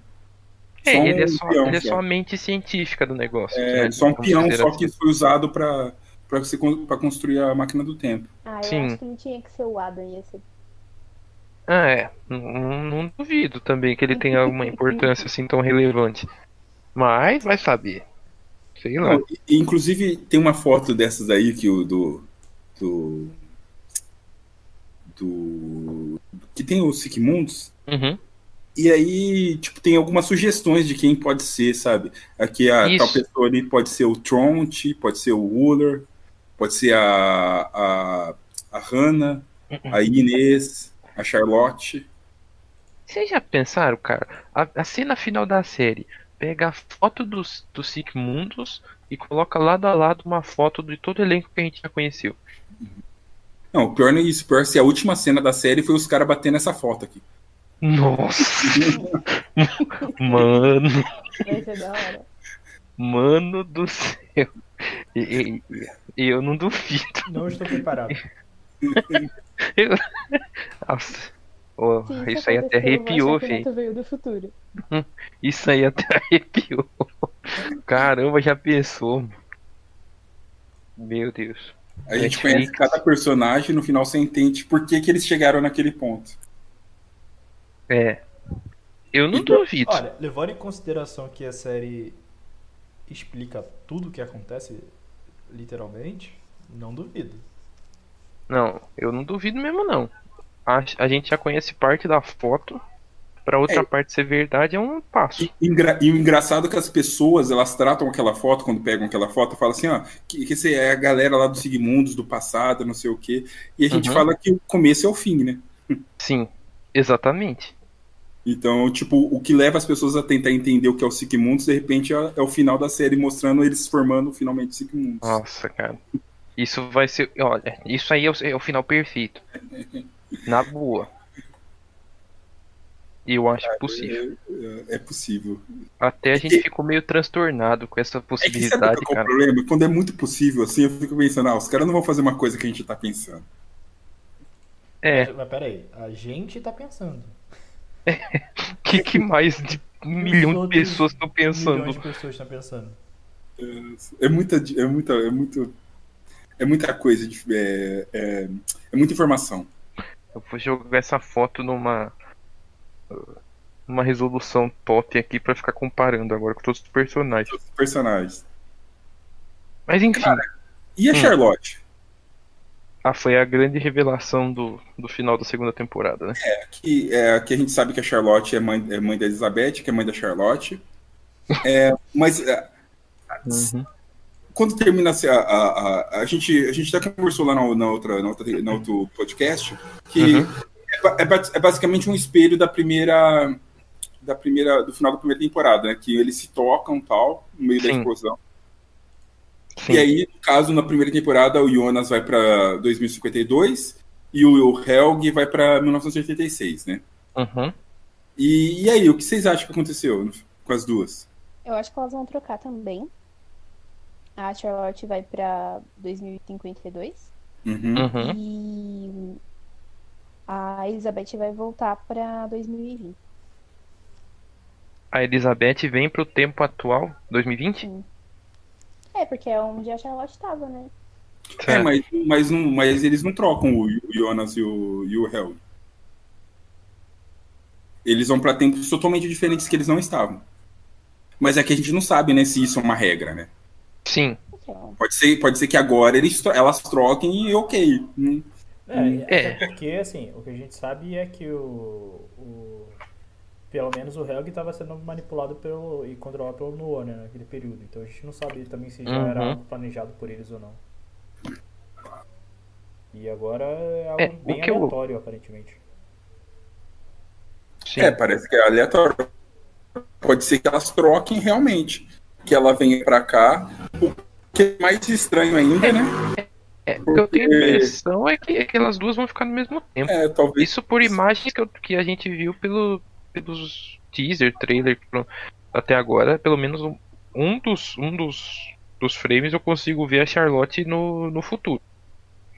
É, só um ele é só, peão, ele é só. só a mente científica do negócio. É, né? só um Vamos peão, dizer só assim. que foi usado pra, pra, se, con- pra construir a máquina do tempo. Ah, eu Sim. acho que não tinha que ser o Adam, ia ser. Ah, é. Não, não- não duvido também que ele tenha alguma importância assim tão relevante. Mas vai saber. Sei lá. E, inclusive, tem uma foto dessas aí que o do. do. do que tem o Sigmunds. Uhum. E aí, tipo, tem algumas sugestões de quem pode ser, sabe? Aqui a Isso. tal pessoa ali pode ser o Tront, pode ser o Wooler, pode ser a, a, a Hannah, a Inês, a Charlotte. Vocês já pensaram, cara? A, a cena final da série pega a foto dos, dos Sigmundos e coloca lado a lado uma foto de todo o elenco que a gente já conheceu. Não, o pior não é isso. O pior é se a última cena da série foi os caras batendo essa foto aqui. Nossa! mano, Vai ser da hora. mano do céu. E- e- e eu não duvido. Não estou preparado. Nossa. Ô, Se isso aí até acontecer, eu vou arrepiou, achar que o velho. Neto veio do futuro. Isso aí até arrepiou. Caramba, já pensou. mano. Meu Deus. A gente Netflix. conhece cada personagem no final você entende por que, que eles chegaram naquele ponto. É. Eu não duvido. Olha, levando em consideração que a série explica tudo o que acontece, literalmente, não duvido. Não, eu não duvido mesmo não. A, a gente já conhece parte da foto. Pra outra É. parte ser verdade é um passo. E, engra- e o engraçado é que as pessoas, elas tratam aquela foto, quando pegam aquela foto, falam assim, ó, que, que esse é a galera lá do Sigmundos, do passado, não sei o quê. E a gente Uhum. fala que o começo é o fim, né? Sim, exatamente. Então, tipo, o que leva as pessoas a tentar entender o que é o Sigmundos, de repente é, é o final da série mostrando eles formando finalmente o Sigmundos. Nossa, cara. Isso vai ser. Olha, isso aí é o, é o final perfeito. Na boa. E eu acho possível. É, é possível. Até a É gente que- ficou meio transtornado com essa É que sabe possibilidade, qual que é o cara. problema? Quando é muito possível, assim, eu fico pensando, ah, os caras não vão fazer uma coisa que a gente tá pensando. É, Mas peraí, a gente tá pensando. o que, que mais de um milhão de outros pessoas estão Milhões pensando? de pessoas estão pensando. É muita, di- é muita, é muito, é muita coisa, de- é, é, é muita informação. Eu vou jogar essa foto numa. Uma resolução top aqui pra ficar comparando agora com todos os personagens. Os personagens. Mas enfim, E a Hum. Charlotte? ah, foi a grande revelação do, do final da segunda temporada, né? Que, é, que a gente sabe que a Charlotte é mãe, é mãe da Elizabeth, que é mãe da Charlotte. É, mas é, Uhum. quando termina assim, a, a, a, a gente a gente até conversou lá na, na outra na, outra, na outro podcast que Uhum. é ba- é, ba- é basicamente um espelho da primeira da primeira do final da primeira temporada, né? Que eles se tocam tal no meio da Sim. explosão. Sim. E aí, no caso, na primeira temporada, o Jonas vai pra 2052 e o Helg vai pra 1986, né? Uhum. E, e aí, o que vocês acham que aconteceu no- com as duas? Eu acho que elas vão trocar também. A Charlotte vai pra 2052. Uhum. Uhum. E a Elizabeth vai voltar pra 2020. A Elizabeth vem pro tempo atual, 2020? É, porque é onde a Charlotte tava, né? É, Certo. mas, mas, não, mas eles não trocam o, o Jonas e o, e o Helg. Eles vão pra tempos totalmente diferentes que eles não estavam. Mas é que a gente não sabe, né, se isso é uma regra, né? Sim. Então, Pode ser, pode ser que agora eles, tro- elas troquem e ok. Hum. É, É. até porque, assim, o que a gente sabe é que o. o- pelo menos o Helg estava sendo manipulado pelo, e controlado pelo Noah, né, naquele período. Então a gente não sabe também se já era Uhum. algo planejado por eles ou não. E agora é algo É, o bem que eu- aleatório, aparentemente. sim. É, parece que é aleatório. Pode ser que elas troquem realmente. Que ela venha pra cá. O que é mais estranho ainda, né? É, o que eu tenho a porque- impressão é que, é que elas duas vão ficar no mesmo tempo. É, talvez. Isso por imagens que, eu- que a gente viu pelo, pelos teaser, trailer, pro- até agora, pelo menos um, um dos um dos, dos frames eu consigo ver a Charlotte no, no futuro,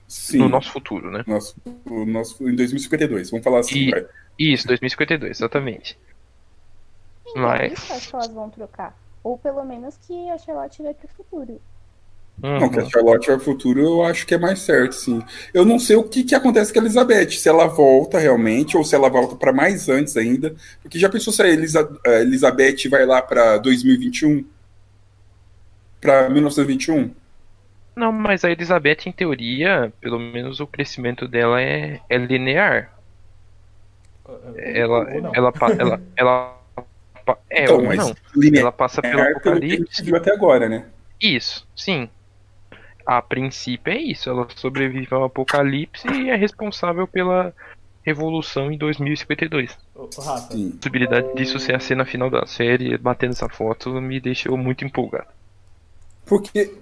Sim. no nosso futuro, né? Nosso, o nosso, em 2052, vamos falar assim, E- vai. Isso, 2052, exatamente. então Mas- por isso eu acho que elas vão trocar. Ou pelo menos que a Charlotte vai pro futuro. Uhum. Não, que a Charlotte vai pro futuro, eu acho que é mais certo, sim. Eu não sei o que, que acontece com a Elizabeth, se ela volta realmente, ou se ela volta pra mais antes ainda. Porque já pensou se a, Elisa- a Elizabeth vai lá pra 2021? Pra 1921? Não, mas a Elizabeth, em teoria, pelo menos o crescimento dela é, é linear. Ela, Ou não. ela, pa- ela, ela, pa- é, Então, ou mas não. Linear Ela passa pelo é pelo que a gente apocalipse. viu até agora, né? Isso, sim. A princípio é isso. Ela sobrevive ao apocalipse e é responsável pela revolução em 2052. Ô, ô, Rafa, Sim. A possibilidade disso ser a cena final da série, batendo essa foto, me deixou muito empolgado. Porque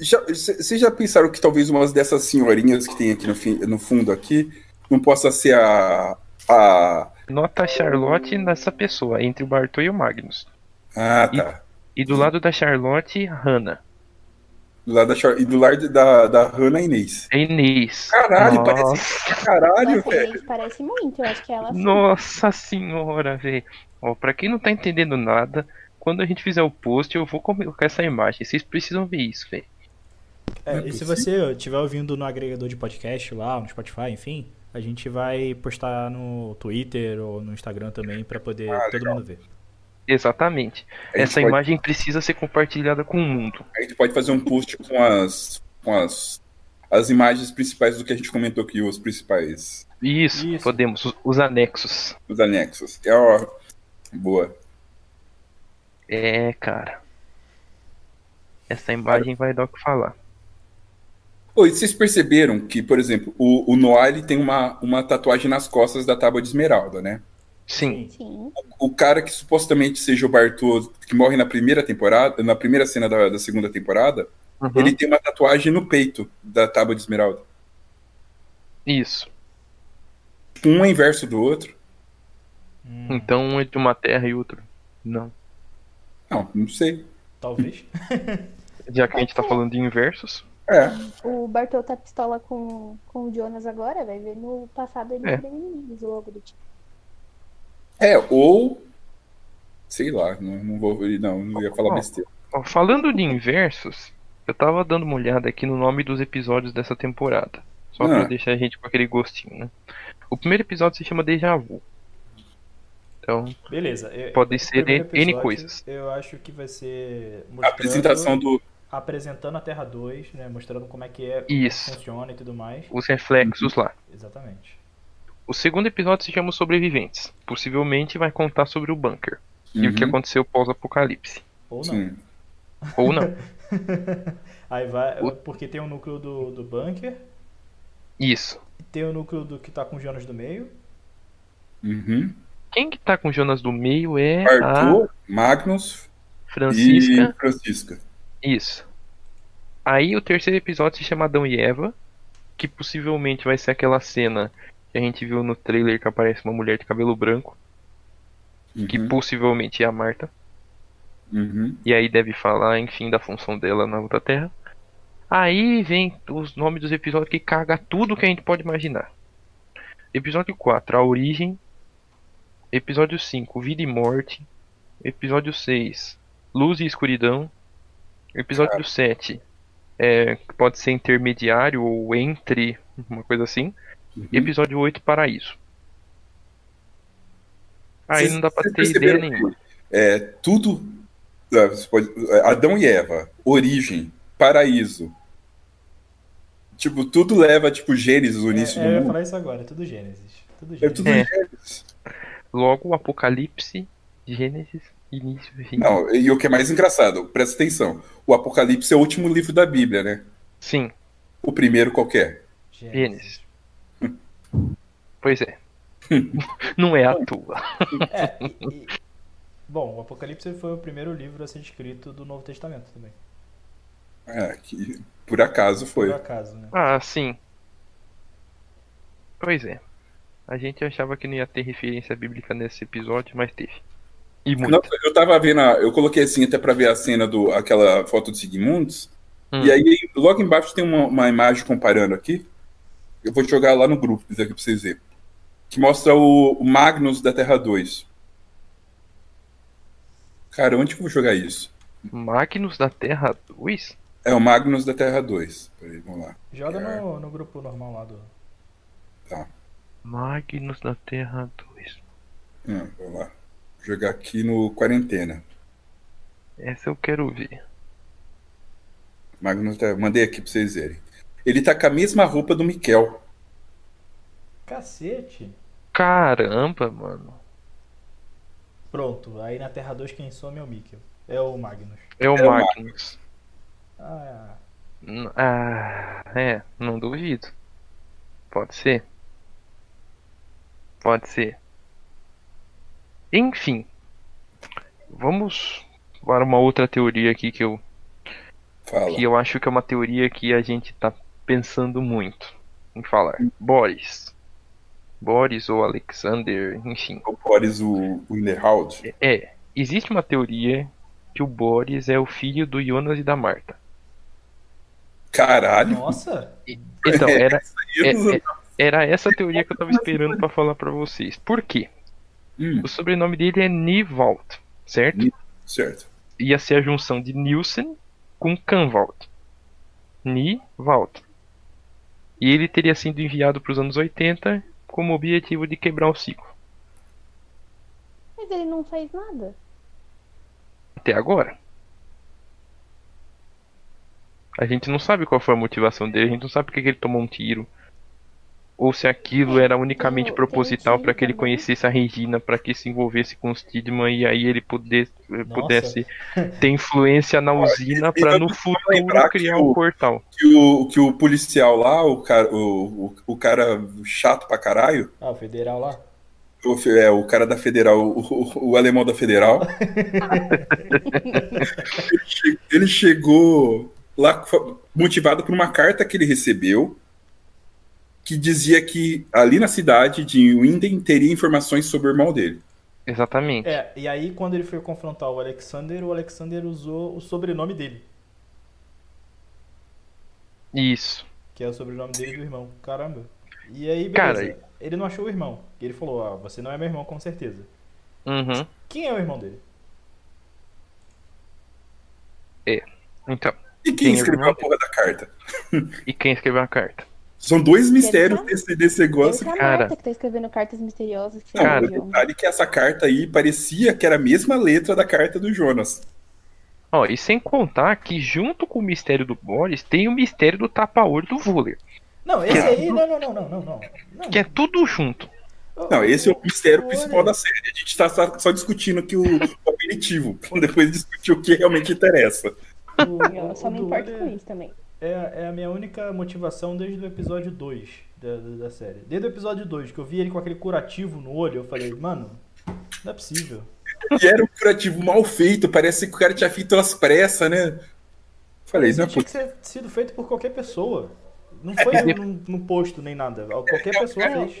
já- c- vocês já pensaram que talvez uma dessas senhorinhas que tem aqui no, fi- no fundo aqui não possa ser a, a. Nota a Charlotte nessa pessoa, entre o Bartol e o Magnus. Ah, tá. E do lado da Charlotte, Hannah. Do lado da, Char- e do lado da, da Hannah Inês. É Inês. Caralho, Nossa. parece. Caralho, Nossa, velho. eles parecem muito, eu acho que ela Nossa senhora, velho. Ó, pra quem não tá entendendo nada, quando a gente fizer o post, eu vou colocar essa imagem. Vocês precisam ver isso, velho. É, Não é e se possível. você estiver ouvindo no agregador de podcast lá, no Spotify, enfim, a gente vai postar no Twitter ou no Instagram também pra poder todo mundo ver. Exatamente. A gente Essa pode- imagem precisa ser compartilhada com o mundo. A gente pode fazer um post com as. com as. as imagens principais do que a gente comentou aqui, os principais. Isso, Isso. podemos. Os, os anexos. Os anexos. É, ó. Boa. É, cara. Essa imagem vai dar o que falar. Oi, vocês perceberam que, por exemplo, o, o Noah ele tem uma, uma tatuagem nas costas da tábua de esmeralda, né? Sim, Sim, o cara que supostamente seja o Bartô, que morre na primeira temporada, na primeira cena da, da segunda temporada, Uhum. ele tem uma tatuagem no peito da tábua de esmeralda. isso. Tipo, Um é inverso do outro. Então um é de uma terra e outro. Não. Não, não sei. Talvez. Já que a gente tá falando de inversos. É. o Bartol tá pistola com, com o Jonas agora, vai ver no passado ele É. é. inimigos, o logo do time. É, ou. Sei lá, não, não vou. Não, não ia falar besteira. Ó, falando de inversos, eu tava dando uma olhada aqui no nome dos episódios dessa temporada. Só pra Ah. deixar a gente com aquele gostinho, né? O primeiro episódio se chama Deja Vu. Então, Beleza. eu- Pode o ser primeiro N episódio, coisas. Eu acho que vai ser A mostrando, apresentação do. apresentando a Terra 2, né? Mostrando como é que é, como Isso. funciona e tudo mais. os reflexos lá. Exatamente. O segundo episódio se chama Os Sobreviventes. Possivelmente vai contar sobre o bunker e o que Uhum, aconteceu pós-apocalipse. Ou não. sim. Ou não. Aí vai. O- Porque tem o núcleo do, do bunker, Isso. tem o núcleo do que tá com o Jonas do meio. Uhum. Quem que tá com o Jonas do meio é Bartô, Magnus a Francisca. e Francisca. Isso. Aí o terceiro episódio se chama Adão e Eva, que possivelmente vai ser aquela cena que a gente viu no trailer que aparece uma mulher de cabelo branco, que Uhum, possivelmente é a Marta. uhum. E aí deve falar, enfim, da função dela na outra terra. Aí vem os nomes dos episódios que caga tudo que a gente pode imaginar. Episódio 4, A Origem. Episódio 5, Vida e Morte. Episódio 6, Luz e Escuridão. Episódio 7, é, que pode ser intermediário ou entre, uma coisa assim. Uhum. Episódio 8, Paraíso. Aí Vocês- não dá pra vocês ter ideia perceberam nenhuma. que, É, tudo Tá, você pode- Adão e Eva, origem, paraíso. Tipo, tudo leva, tipo, Gênesis, o início é, eu ia do mundo. falar isso agora, tudo Gênesis. Tudo É Gênesis. tudo É. Gênesis. Logo, Apocalipse, Gênesis, início, fim. Não, e o que é mais engraçado, presta atenção. O Apocalipse é o último livro da Bíblia, né? Sim, O primeiro qualquer. Gênesis. pois é. Hum. Não é à toa. É, e- e- Bom, o Apocalipse foi o primeiro livro a ser escrito do Novo Testamento também. É, que por acaso Por foi. acaso, né? Ah, sim. Pois é. A gente achava que não ia ter referência bíblica nesse episódio, mas teve. E Não, muito. eu tava vendo, a- eu coloquei assim até pra ver a cena do aquela foto do Sigmundos. Hum. E aí, logo embaixo tem uma, uma imagem comparando aqui. Eu vou jogar lá no grupo, isso aqui pra vocês verem. Que mostra o, o Magnus da Terra 2. Cara, onde que eu vou jogar isso? Magnus da Terra 2? É o Magnus da Terra 2. Peraí, vamos lá. Joga no, no grupo normal lá do. Tá. Magnus da Terra 2. Hum, vamos lá. Vou jogar aqui no Quarentena. Essa eu quero ver. Magnus da Terra. Mandei aqui pra vocês verem. Ele tá com a mesma roupa do Miquel. Cacete! Caramba, mano. Pronto, aí na Terra 2 quem some é o Mikkel. É o Magnus. É o É o Magnus. Ah, N- Ah, é, não duvido. Pode ser. Pode ser. Enfim. Vamos para uma outra teoria aqui que eu, Fala. que eu acho que é uma teoria que a gente tá pensando muito em falar. Boris. Boris ou Alexander, enfim. O Boris, o, o Inderhald. É, existe uma teoria que o Boris é o filho do Jonas e da Marta. Caralho. nossa! Então, era, eu não- é- é- era essa teoria que eu tava esperando pra falar pra vocês. Por quê? Hum, O sobrenome dele é Nivald, certo? certo. Ia ser a junção de Nielsen com Canvald. Nivald. E ele teria sido enviado pros anos 80 como objetivo de quebrar o ciclo. Mas ele não fez nada. Até agora. A gente não sabe qual foi a motivação dele, a gente não sabe por que que ele tomou um tiro. Ou se aquilo era unicamente Tem- tem proposital tiro para que ele também? conhecesse a Regina, para que se envolvesse com o Stidman e aí ele pudesse, pudesse ter influência na usina para no futuro lembrar que criar o- um portal. Que o, que o policial lá, o cara, o, o, o cara chato pra caralho, Ah, o federal lá? o, fe- é, o cara da federal, o, o- o alemão da federal. ele, che- ele chegou lá co- motivado por uma carta que ele recebeu que dizia que ali na cidade de Winden teria informações sobre o irmão dele. Exatamente. É, e aí quando ele foi confrontar o Alexander, o Alexander usou o sobrenome dele, Isso. que é o sobrenome dele do irmão. Caramba. E aí, Cara, beleza. ele não achou o irmão. Ele falou, ah, você não é meu irmão com certeza. Uhum. Quem é o irmão dele? Então, E Quem quem é o escreveu irmão a porra da carta? e quem escreveu a carta? São dois mistérios Deve desse, desse Deve negócio. ser a cara. Marta que tá escrevendo cartas misteriosas. Que Não, Cara. o detalhe é que essa carta aí parecia que era a mesma letra da carta do Jonas. Ó, e sem contar que junto com o mistério do Boris tem o mistério do tapa-olho do Vuller, Não, esse é? aí, não, não, não, não, não, não. Não, que é tudo junto. Não, esse é o mistério Olha. principal da série. A gente tá só, só discutindo aqui o, o aperitivo, pra depois discutir o que realmente interessa. Eu o, o, só me do importo com Uller isso também. é, é a minha única motivação desde o episódio 2 da, da- da série. Desde o episódio 2, que eu vi ele com aquele curativo no olho, eu falei, mano, não é possível. E era um curativo mal feito, parece que o cara tinha feito às pressas, né? Falei, Isso não é tinha possível. que ser sido feito por qualquer pessoa. Não foi é. num, num posto nem nada. Qualquer pessoa fez.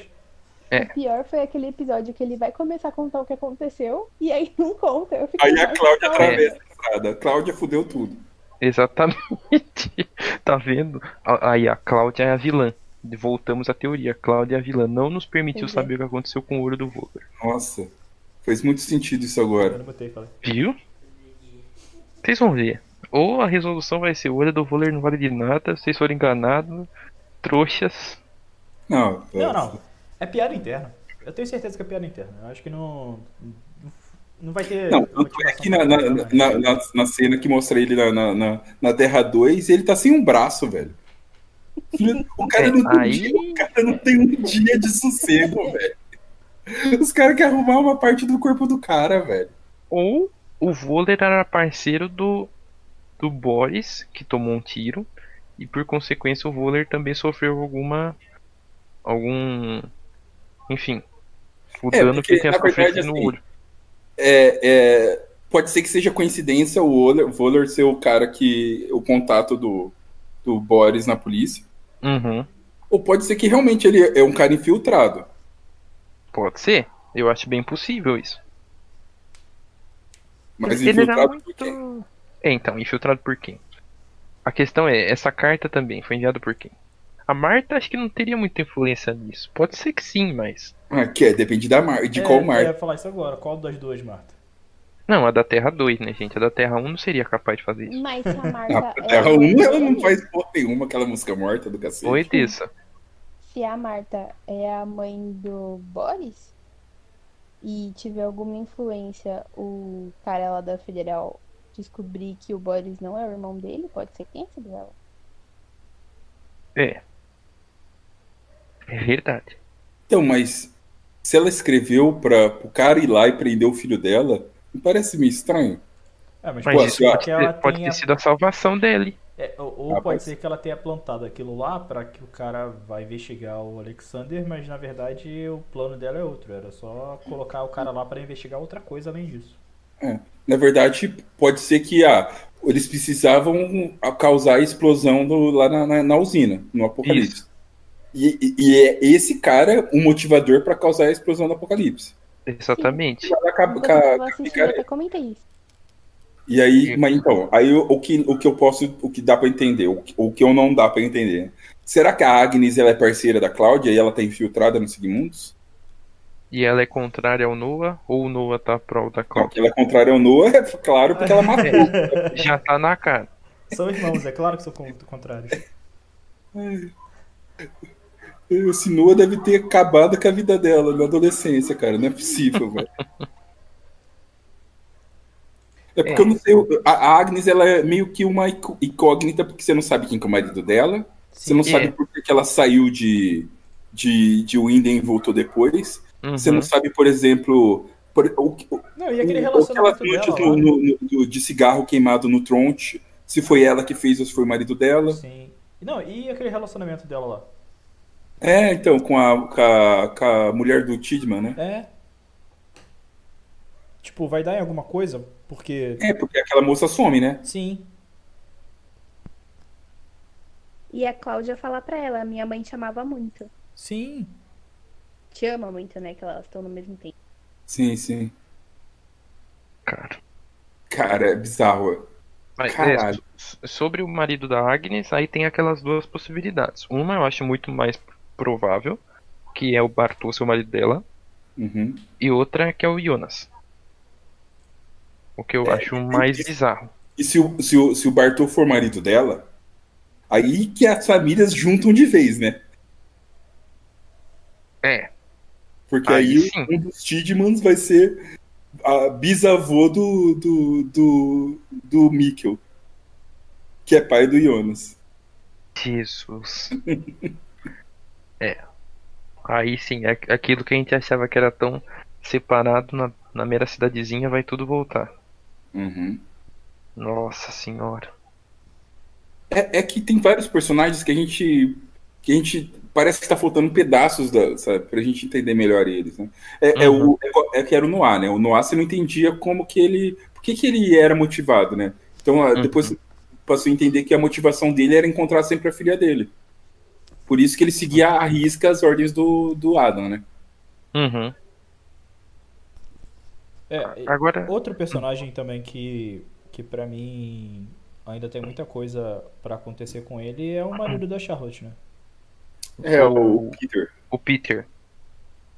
É. O pior foi aquele episódio que ele vai começar a contar o que aconteceu e aí não conta. Eu fiquei Aí é a "Nossa, Cláudia cara." atravessa a estrada. A Cláudia fudeu tudo. Exatamente. tá vendo? A- Aí a Cláudia é a vilã. Voltamos à teoria. A Cláudia é a vilã. Não nos permitiu Entendi. saber o que aconteceu com o ouro do Voller. Nossa, fez muito sentido isso Eu agora. não botei, falei. Viu? Vocês vão ver. Ou a resolução vai ser: o ouro do Voller não vale de nada. Vocês foram enganados. Trouxas. Não, é Não, não. É piada interna. Eu tenho certeza que é piada interna. Eu acho que não. Não vai ter. Não, tanto é que na, na, né? na, na, na cena que mostra ele na, na, na, na Terra 2, ele tá sem um braço, velho. O cara, É, não tem um aí- dia, o cara não tem um dia de sossego, velho. Os caras querem arrumar uma parte do corpo do cara, velho. Ou o Vôler era parceiro do, do Boris, que tomou um tiro, e por consequência o Vôler também sofreu alguma. algum. enfim. O É, dano porque, que ele tenha na verdade, sofrido no assim, olho. É, é, pode ser que seja coincidência o Voller, Voller ser o cara que. o contato do, do Boris na polícia. Uhum. Ou pode ser que realmente ele é um cara infiltrado. Pode ser. Eu acho bem possível isso. Mas ele era infiltrado por quem? muito. É, então, infiltrado por quem? A questão é, essa carta também foi enviada por quem? A Marta acho que não teria muita influência nisso. Pode ser que sim, mas. Ah, que é, depende da mar, de É, qual Eu marca. ia falar isso agora. Qual das duas, Marta? Não, a da Terra 2, né, gente? A da Terra 1 não seria capaz de fazer isso. Mas se a Na Marta. é Terra 1 ela Ah, não dele, faz porra nenhuma, aquela música morta do cacete. Oi, Tessa. Se a Marta é a mãe do Boris e tiver alguma influência, o cara lá da Federal descobrir que o Boris não é o irmão dele, pode ser quem sabe ela. É. É verdade. Então, mas se ela escreveu para o cara ir lá e prender o filho dela, não parece meio estranho? É, mas, Mas Pô, isso se pode, que ela ter, pode tenha- ter sido a salvação dele. é, ou ou Ah, pode pode ser que ela tenha plantado aquilo lá pra que o cara vai investigar o Alexander, mas na verdade o plano dela é outro. Era só colocar o cara lá pra investigar outra coisa além disso. Na verdade, pode ser que ah, eles precisavam causar a explosão do- lá na, na- na usina, no Apocalipse. E, e- e é esse cara o motivador para causar a explosão do Apocalipse. Exatamente. Ela acaba- Enquanto eu tava ca- assistindo, eu Ah, cara- é até comentei isso. E aí, mas então, aí o, o que, o que eu posso, o que dá pra entender, o, que- o que eu não dá pra entender. Será que a Agnes ela é parceira da Cláudia e ela tá infiltrada no Sigmundos? E ela é contrária ao Noah ou o Noah tá pro da Não, Cláudia? que ela é contrária ao Noah, é claro, porque ela matou. Já tá na cara. São irmãos, é claro que são con- contrários. Esse Noah deve ter acabado com a vida dela na adolescência, cara. Não é possível, velho. É porque eu não sei. A a Agnes ela é meio que uma incó- incógnita, porque você não sabe quem que é o marido dela. Você não Sim. sabe É. por que que ela saiu de, de, de Winden e voltou depois. Uhum. Você não sabe, por exemplo, por- o, o, Não, e aquele o que ela relacionamento fez dela no- lá? no- no- do- de cigarro queimado no tronte. Se foi ela que fez ou se foi o marido dela. Sim. Não, e aquele relacionamento dela lá? É, então, com a, com a, com a mulher do Tidman, né? É. Tipo, vai dar em alguma coisa? Porque. É, porque aquela moça some, né? Sim. E a Cláudia falar pra ela, minha mãe te amava muito. Sim. Te ama muito, né? Que elas estão no mesmo tempo. Sim, sim. Cara. Cara, é bizarro. Mas, é, Caralho. so- so- sobre o marido da Agnes, aí tem aquelas duas possibilidades. Uma eu acho muito mais provável, que é o Bartô ser o marido dela, Uhum. e outra que é o Jonas. O que É, eu acho mais isso- bizarro. E se o, se, o, se o Bartô for marido dela, aí que as famílias juntam de vez, né? É, Porque Aí aí, sim. um dos Tidmans vai ser a bisavô do, do, do, do Mikkel, que é pai do Jonas. Jesus. é. Aí sim, a- aquilo que a gente achava que era tão separado na, na mera cidadezinha vai tudo voltar. Nossa senhora. É, é que tem vários personagens que a gente. que a gente. Parece que tá faltando pedaços da, sabe, pra gente entender melhor eles. Né? É, é Uhum. o, é co- é que era o Noah, né? O Noah você não entendia como que ele. Por que, que ele era motivado, né? Então ah, Uhum. depois você passou a entender que a motivação dele era encontrar sempre a filha dele. Por isso que ele seguia à risca as ordens do, do Adam, né? Uhum. É, e- Agora, outro personagem também que, que pra mim ainda tem muita coisa pra acontecer com ele é o marido da Charlotte, né? É, o Peter. o Peter,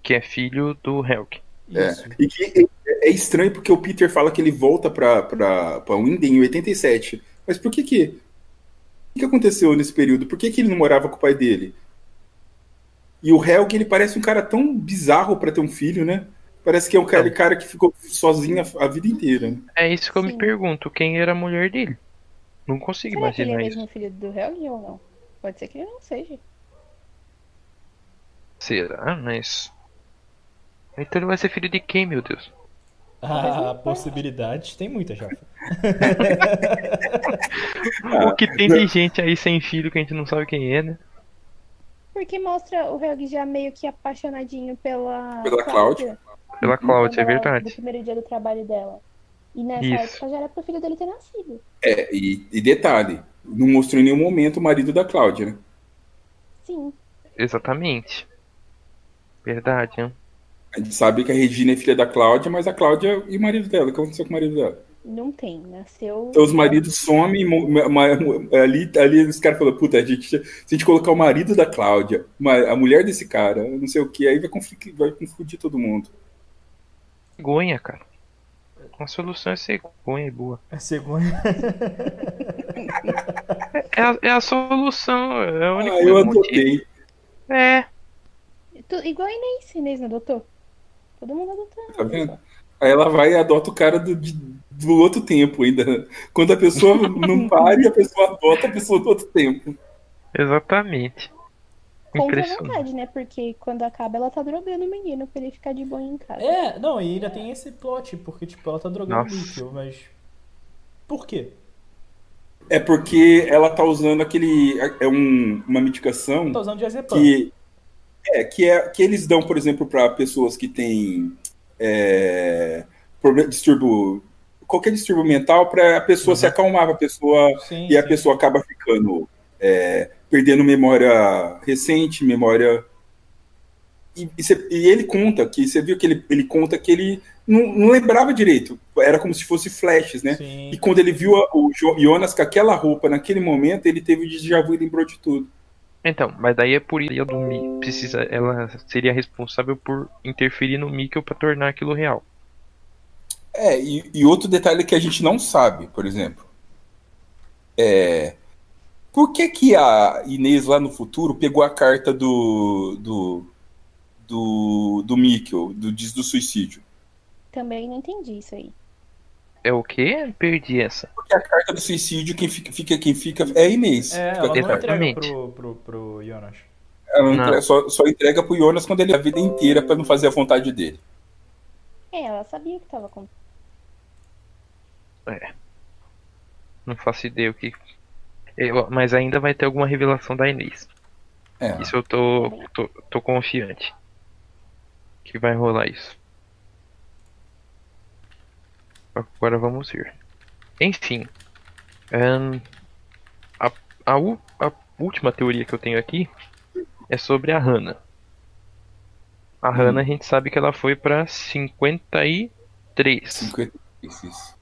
que é filho do Helg. É. Isso. E que é, é estranho porque o Peter fala que ele volta pra, pra, pra Winden em 87. Mas por que que. O que aconteceu nesse período? Por que, que ele não morava com o pai dele? E o Helg, ele parece um cara tão bizarro pra ter um filho, né? Parece que é um cara, cara que ficou sozinho a, a vida inteira. né? É isso que eu me Sim. pergunto, quem era a mulher dele? Não consigo Será que ele é imaginar isso. mesmo filho do Helg ou não? Pode ser que ele não seja. Será? Ah, Mas. Então ele vai ser filho de quem, meu Deus? Ah, possibilidades tem muitas já. Ah, o que tem de gente aí sem filho que a gente não sabe quem é, né? Porque mostra o Helg já meio que apaixonadinho pela. Pela Cláudia. Pela Cláudia, é Quando ela- No verdade. primeiro dia do trabalho dela. E nessa Isso. época já era pro filho dele ter nascido. É, e, e detalhe, não mostrou em nenhum momento o marido da Cláudia, né? Sim. Exatamente. Verdade, hein? A gente sabe que a Regina é filha da Cláudia, mas a Cláudia e o marido dela, o que aconteceu com o marido dela? Não tem. Nasceu. Então os maridos somem, mo- ma- ma- ali, ali os caras falam, puta, a gente, se a gente colocar o marido da Cláudia, ma- a mulher desse cara, não sei o que, aí vai, conflic- vai confundir todo mundo. Cegonha, cara. A solução é cegonha e boa. A segunda. É a, é a solução, é a Ah, única eu motivo. adotei. É, Tu- Igual a Inês, Inês não adotou. Todo mundo adotando. Tá vendo? Aí ela vai e adota o cara do, de- do outro tempo ainda. Quando a pessoa não para e a pessoa adota a pessoa do outro tempo. exatamente. Contra a Impressionante. vontade, né? Porque quando acaba, ela tá drogando o menino pra ele ficar de boa em casa. É, não, e ainda tem esse plot, porque tipo, ela tá drogando Nossa. o Mitchell, mas. Por quê? É porque ela tá usando aquele. É um- uma medicação Tá usando diazepam. que. É, que, é, que eles dão, por exemplo, para pessoas que têm é, problema, distúrbio. qualquer distúrbio mental, para a pessoa se acalmar, pra pessoa Sim, e a Uhum. sim. pessoa acaba ficando é, perdendo memória recente, memória. E, e cê- e ele conta que você viu que ele, ele conta que ele não, não lembrava direito, era como se fosse flashes, né? Sim. E quando ele viu a- o Jo- Jonas com aquela roupa naquele momento, ele teve o déjà vu e lembrou de tudo. Então, mas daí é por isso que a Lumi precisa, ela seria responsável por interferir no Mikkel pra tornar aquilo real. É, e, e outro detalhe que a gente não sabe, por exemplo. É. Por que, que a Inês lá no futuro pegou a carta do. do. do, do Mikkel, do diz do suicídio? Também não entendi isso aí. É o quê? Perdi essa. Porque a carta do suicídio, quem fica, fica- quem fica é a Inês. É, ela Fica com a não carta. entrega Exatamente. pro, pro, pro Jonas. Ela não Não. entrega- só, só entrega pro Jonas quando ele é a vida inteira pra não fazer a vontade dele. É, ela sabia o que tava acontecendo. Não faço ideia o que. Eu- mas ainda vai ter alguma revelação da Inês. É. Isso eu tô, tô, tô confiante. Que vai rolar isso. Agora vamos ver. Enfim. ahn, a, a u- a última teoria que eu tenho aqui é sobre a Hannah. A Hannah a gente sabe que ela foi pra 53. 53, isso.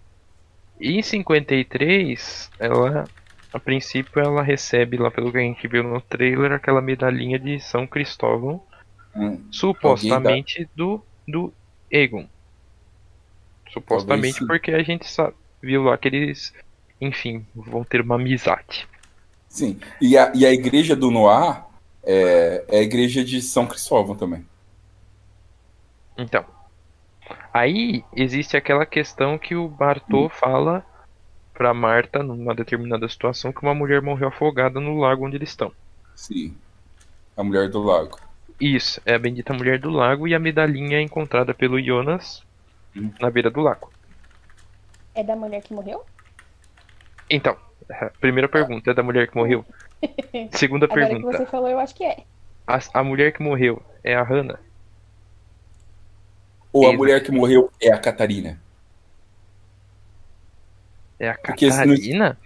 E em 53, ela, a princípio, ela recebe lá pelo que a gente viu no trailer aquela medalhinha de São Cristóvão, Hum. supostamente do do Egon. Supostamente sim. porque a gente sabe, viu lá que eles, enfim, vão ter uma amizade. Sim. E a, e a igreja do Noir é, é a igreja de São Cristóvão também. Então, aí existe aquela questão que o Hum. Bartô fala pra Marta numa determinada situação que uma mulher morreu afogada no lago onde eles estão. Sim. A mulher do lago. Isso, é a bendita mulher do lago e a medalhinha encontrada pelo Jonas Hum. na beira do lago. É da mulher que morreu? Então, a primeira pergunta é da mulher que morreu. Segunda Agora que pergunta, você falou, eu acho que é. a, a mulher que morreu é a Hannah? Ou a Exato. mulher que morreu é a Catarina. É a Porque se não- Catarina?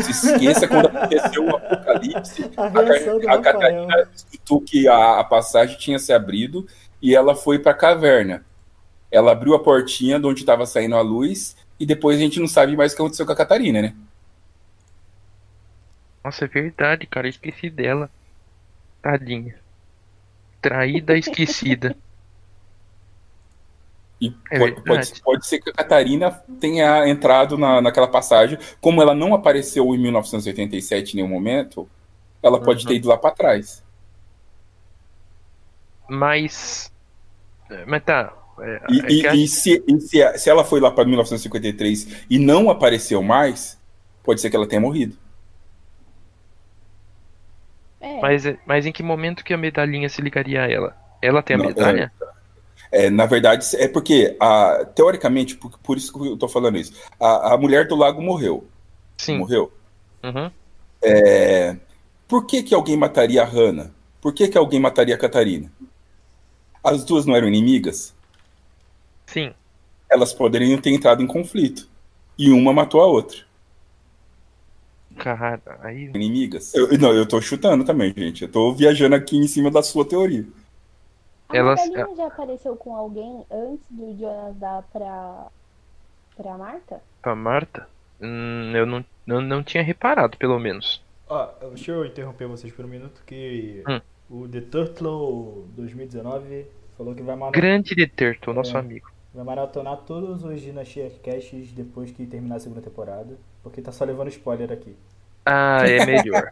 Se esqueça quando aconteceu o apocalipse, A reação do a Rafael. escutou que a, a passagem tinha se abrido e ela foi para a caverna. Ela abriu a portinha de onde estava saindo a luz e depois a gente não sabe mais o que aconteceu com a Catarina, né? Nossa, é verdade, cara, eu esqueci dela. Tadinha. Traída, esquecida. E É pode, verdade. pode- pode ser que a Catarina tenha entrado na, naquela passagem. Como ela não apareceu em 1987 em nenhum momento, ela pode Uhum. ter ido lá para trás. Mas. Mas tá, É, E, é e- que a- e se, e se a- se ela foi lá pra 1953 e não apareceu mais, pode ser que ela tenha morrido. É, mas, mas em que momento que a medalhinha se ligaria a ela? Ela tem a Não, medalha? É, na verdade, é porque, a- teoricamente, por, por isso que eu tô falando isso, a, a mulher do lago morreu. Sim. Morreu. Uhum. É, por que, que alguém mataria a Hannah? Por que, que alguém mataria a Catarina? As duas não eram inimigas? Sim. Elas poderiam ter entrado em conflito. E uma matou a outra. Cara, aí. Inimigas. Eu- não, eu tô chutando também, gente. Eu tô viajando aqui em cima da sua teoria. a elas- Madalena é- já apareceu com alguém antes do Jonas dar pra, pra Marta? Pra Marta? Hum, eu não, eu não tinha reparado, pelo menos. Ó, deixa eu interromper vocês por um minuto que Hum. o The Turtle 2019 falou que vai, mara- Grande Deterto, nosso É. amigo. vai maratonar todos os Dynasty Casts depois que terminar a segunda temporada, porque tá só levando spoiler aqui. Ah, é melhor.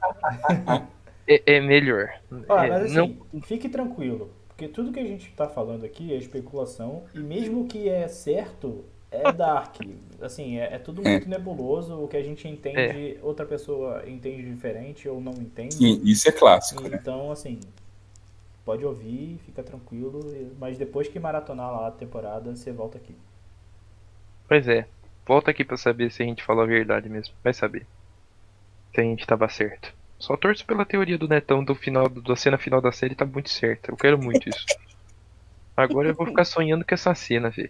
é, é melhor. Ó, É, mas assim, não, fique tranquilo, porque tudo que a gente tá falando aqui é especulação, e mesmo que é certo, é dark. Assim, é, é tudo muito nebuloso, o que a gente É. entende, outra pessoa entende diferente ou não entende. Sim, isso é clássico, né? Então, assim, pode ouvir, fica tranquilo, mas depois que maratonar lá a temporada, você volta aqui. pois é. Volta aqui pra saber se a gente falou a verdade mesmo. Vai saber. Se a gente tava certo. Só torço pela teoria do Netão do final do- da cena final da série tá muito certa. Eu quero muito isso. Agora eu vou ficar sonhando com essa cena, velho.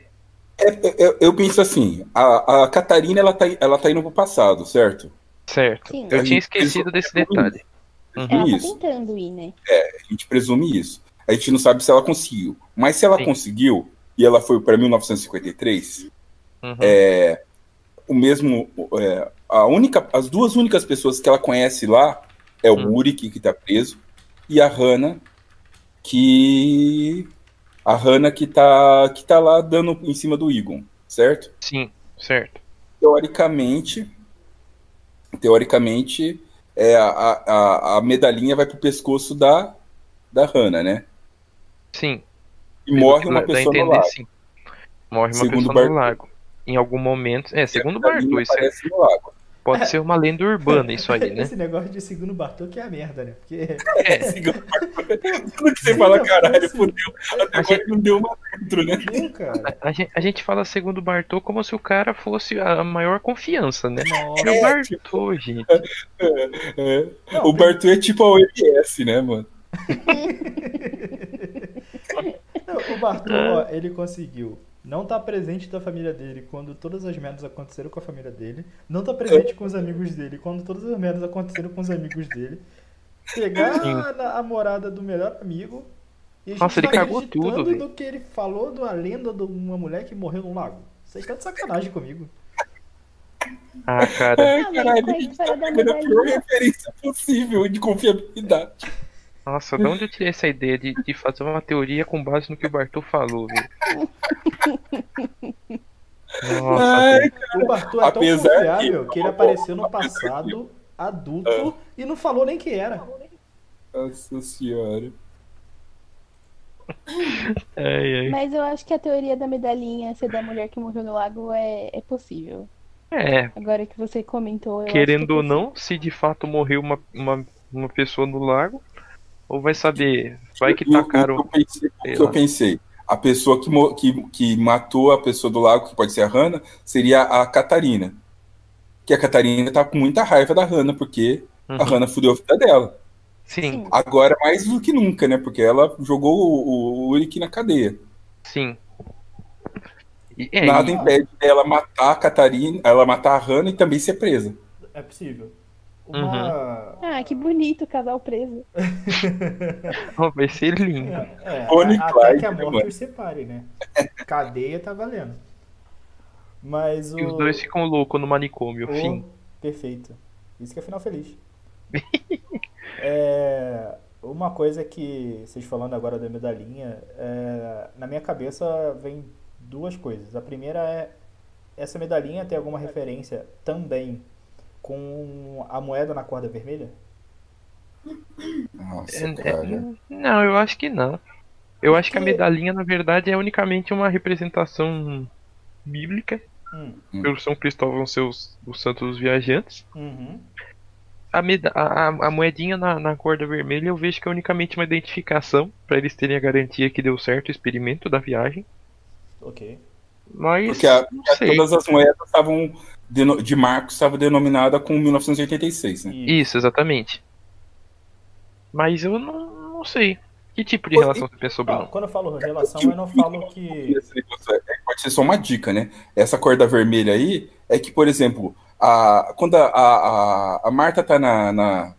Eu- Eu, eu penso assim, a, a Catarina ela tá, ela tá indo pro passado, certo? Certo. Sim. Eu tinha Isso- esquecido desse isso é ruim. detalhe. Ela tá Isso. tentando ir, né? A gente presume isso. A gente não sabe se ela conseguiu. Mas se ela Sim. conseguiu e ela foi pra 1953, Uhum. É. o mesmo é, a única as duas únicas pessoas que ela conhece lá é o Hum. Uri que, que tá preso e a Hannah que a Hannah que tá que tá lá dando em cima do Egon, certo? Sim, certo. teoricamente, teoricamente, é, a, a, a medalhinha vai pro pescoço da, da Hannah, né? Sim. E morre uma Dá a pessoa no entender, lago. sim. Morre uma Segundo pessoa Bartô. no lago. Em algum momento. É, segundo A o medalhinha Bartô, isso é- aparece no lago. pode ser uma lenda urbana isso aí, né? Esse negócio de segundo Bartô que é a merda, né? Porque É. Tudo que você fala, caralho, fudeu. Até A agora não deu uma dentro, né? meu, cara. A gente, a gente fala segundo Bartô como se o cara fosse a maior confiança, né? Nossa. É o Bartô, gente. É. Não, o Bartô é tipo a OMS, né, mano? O Bartô, Ah. ó, ele conseguiu não estar presente da família dele quando todas as merdas aconteceram com a família dele, não estar presente com os amigos dele quando todas as merdas aconteceram com os amigos dele, pegar a, na- a morada do melhor amigo e a gente Nossa, ele tá cagou acreditando tudo, velho. do que ele falou da lenda de uma mulher que morreu num lago. Vocês estão de sacanagem comigo. Ah, cara. Ah, mas com a história da Era a pior medalhinha, referência possível de confiabilidade. Nossa, de onde eu tirei essa ideia de, de fazer uma teoria com base no que o Bartô falou, velho? Nossa, Ai, velho. O Bartô é tão Apesar confiável que- que ele apareceu no passado, adulto, e não falou nem que era. nossa senhora. Ai, ai. Mas eu acho que a teoria da medalhinha ser da mulher que morreu no lago é, é possível. É, Agora que você comentou, eu acho que é querendo ou possível. não, se de fato morreu uma, uma, uma pessoa no lago, ou vai saber, vai que E o- tacaram. O que eu pensei, o sei que eu lá. pensei, a pessoa que, mo- que, que matou a pessoa do lago, que pode ser a Hannah, seria a Catarina. Que a Catarina tá com muita raiva da Hannah, porque a Uhum. Hannah fudeu a vida dela. Sim, Agora mais do que nunca, né? Porque ela jogou o, o Urique na cadeia. sim. E, é, Nada e- impede dela matar a Catarina, ela matar a Hannah e também ser presa. É possível. Uhum. Uma. Ah, que bonito, casal preso. ó, vai ser lindo. É, Bonnie a- até Clyde, que a né, morte mano? os separe, né? Cadeia tá valendo. Mas o. E os dois ficam loucos no manicômio, o- fim. Perfeito. Isso que é final feliz. É, uma coisa que vocês falando agora da medalhinha, é, na minha cabeça vem duas coisas. A primeira é essa medalhinha tem alguma referência também com a moeda na corda vermelha? Nossa, É, é, cara. não, eu acho que não. Eu acho que a Porque- medalhinha, na verdade, é unicamente uma representação bíblica Hum, pelo São Cristóvão, seus, os santos viajantes. uhum. A, meda a, a- a moedinha na, na corda vermelha eu vejo que é unicamente uma identificação para eles terem a garantia que deu certo o experimento da viagem. Ok. Mas Porque a- é não a- sei. todas as moedas estavam deno- de Marcos estava denominada com 1986, né? E, Isso, exatamente. Mas eu não, não sei. Que tipo de Pô, relação você pensou, ó, Bruno? quando eu falo relação, eu não falo que. Esse negócio é- Pode ser só uma dica, né? Essa corda vermelha aí é que, por exemplo, a, quando a, a, a- a Marta tá na, na-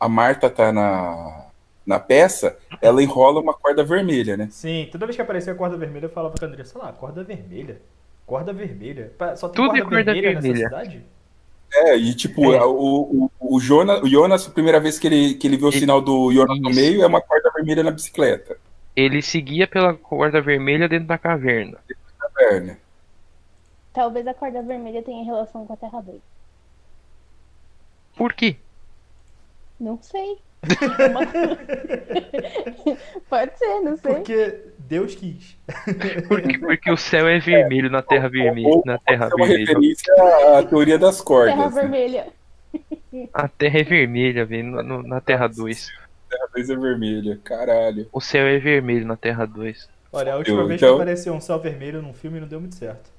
a Marta tá na, na peça, ela enrola uma corda vermelha, né? Sim, toda vez que aparecia a corda vermelha, eu falava pra Andressa lá, corda vermelha. Corda vermelha. Pa- Só tem Tudo é corda, corda vermelha, vermelha. nessa cidade? É, e tipo, É. a- o, o, o Jonas, o Jonas, a primeira vez que ele, que ele viu o E- sinal do Jonas no Isso. meio, é uma corda vermelha na bicicleta. Ele seguia pela corda vermelha dentro da caverna. na perna. Talvez a corda vermelha tenha relação com a Terra 2. Por quê? Não sei. É uma- Pode ser, não sei. Porque Deus quis. Porque, porque o céu é vermelho na terra vermelha. ou- Na terra É uma vermelha. referência à teoria das cordas. Terra né? vermelha. A terra é vermelha, velho. no- no- Na terra 2. Terra dois é vermelha, caralho. O céu é vermelho na terra 2. Olha, a última Eu, vez então- que apareceu um céu vermelho num filme não deu muito certo.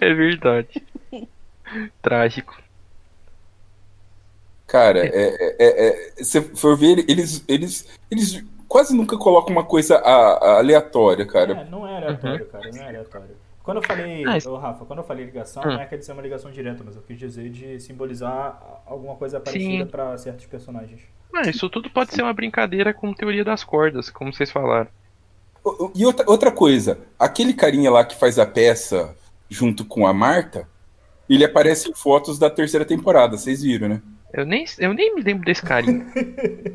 É verdade. Trágico. Cara, é, é- é- é- se for ver, eles, eles, eles quase nunca colocam uma coisa a- a- aleatória, cara. É, não é aleatório, cara, não é aleatório. Quando eu falei, Uhum. Ah, isso- ô, Rafa, quando eu falei ligação, Hum. não é que de ser uma ligação direta, mas eu quis dizer de simbolizar alguma coisa parecida pra certos personagens. Mano, isso tudo pode ser uma brincadeira com teoria das cordas, como vocês falaram. O- o- E outra, outra coisa, aquele carinha lá que faz a peça junto com a Marta, ele aparece em fotos da terceira temporada, vocês viram, né? Eu nem, eu nem me lembro desse carinho.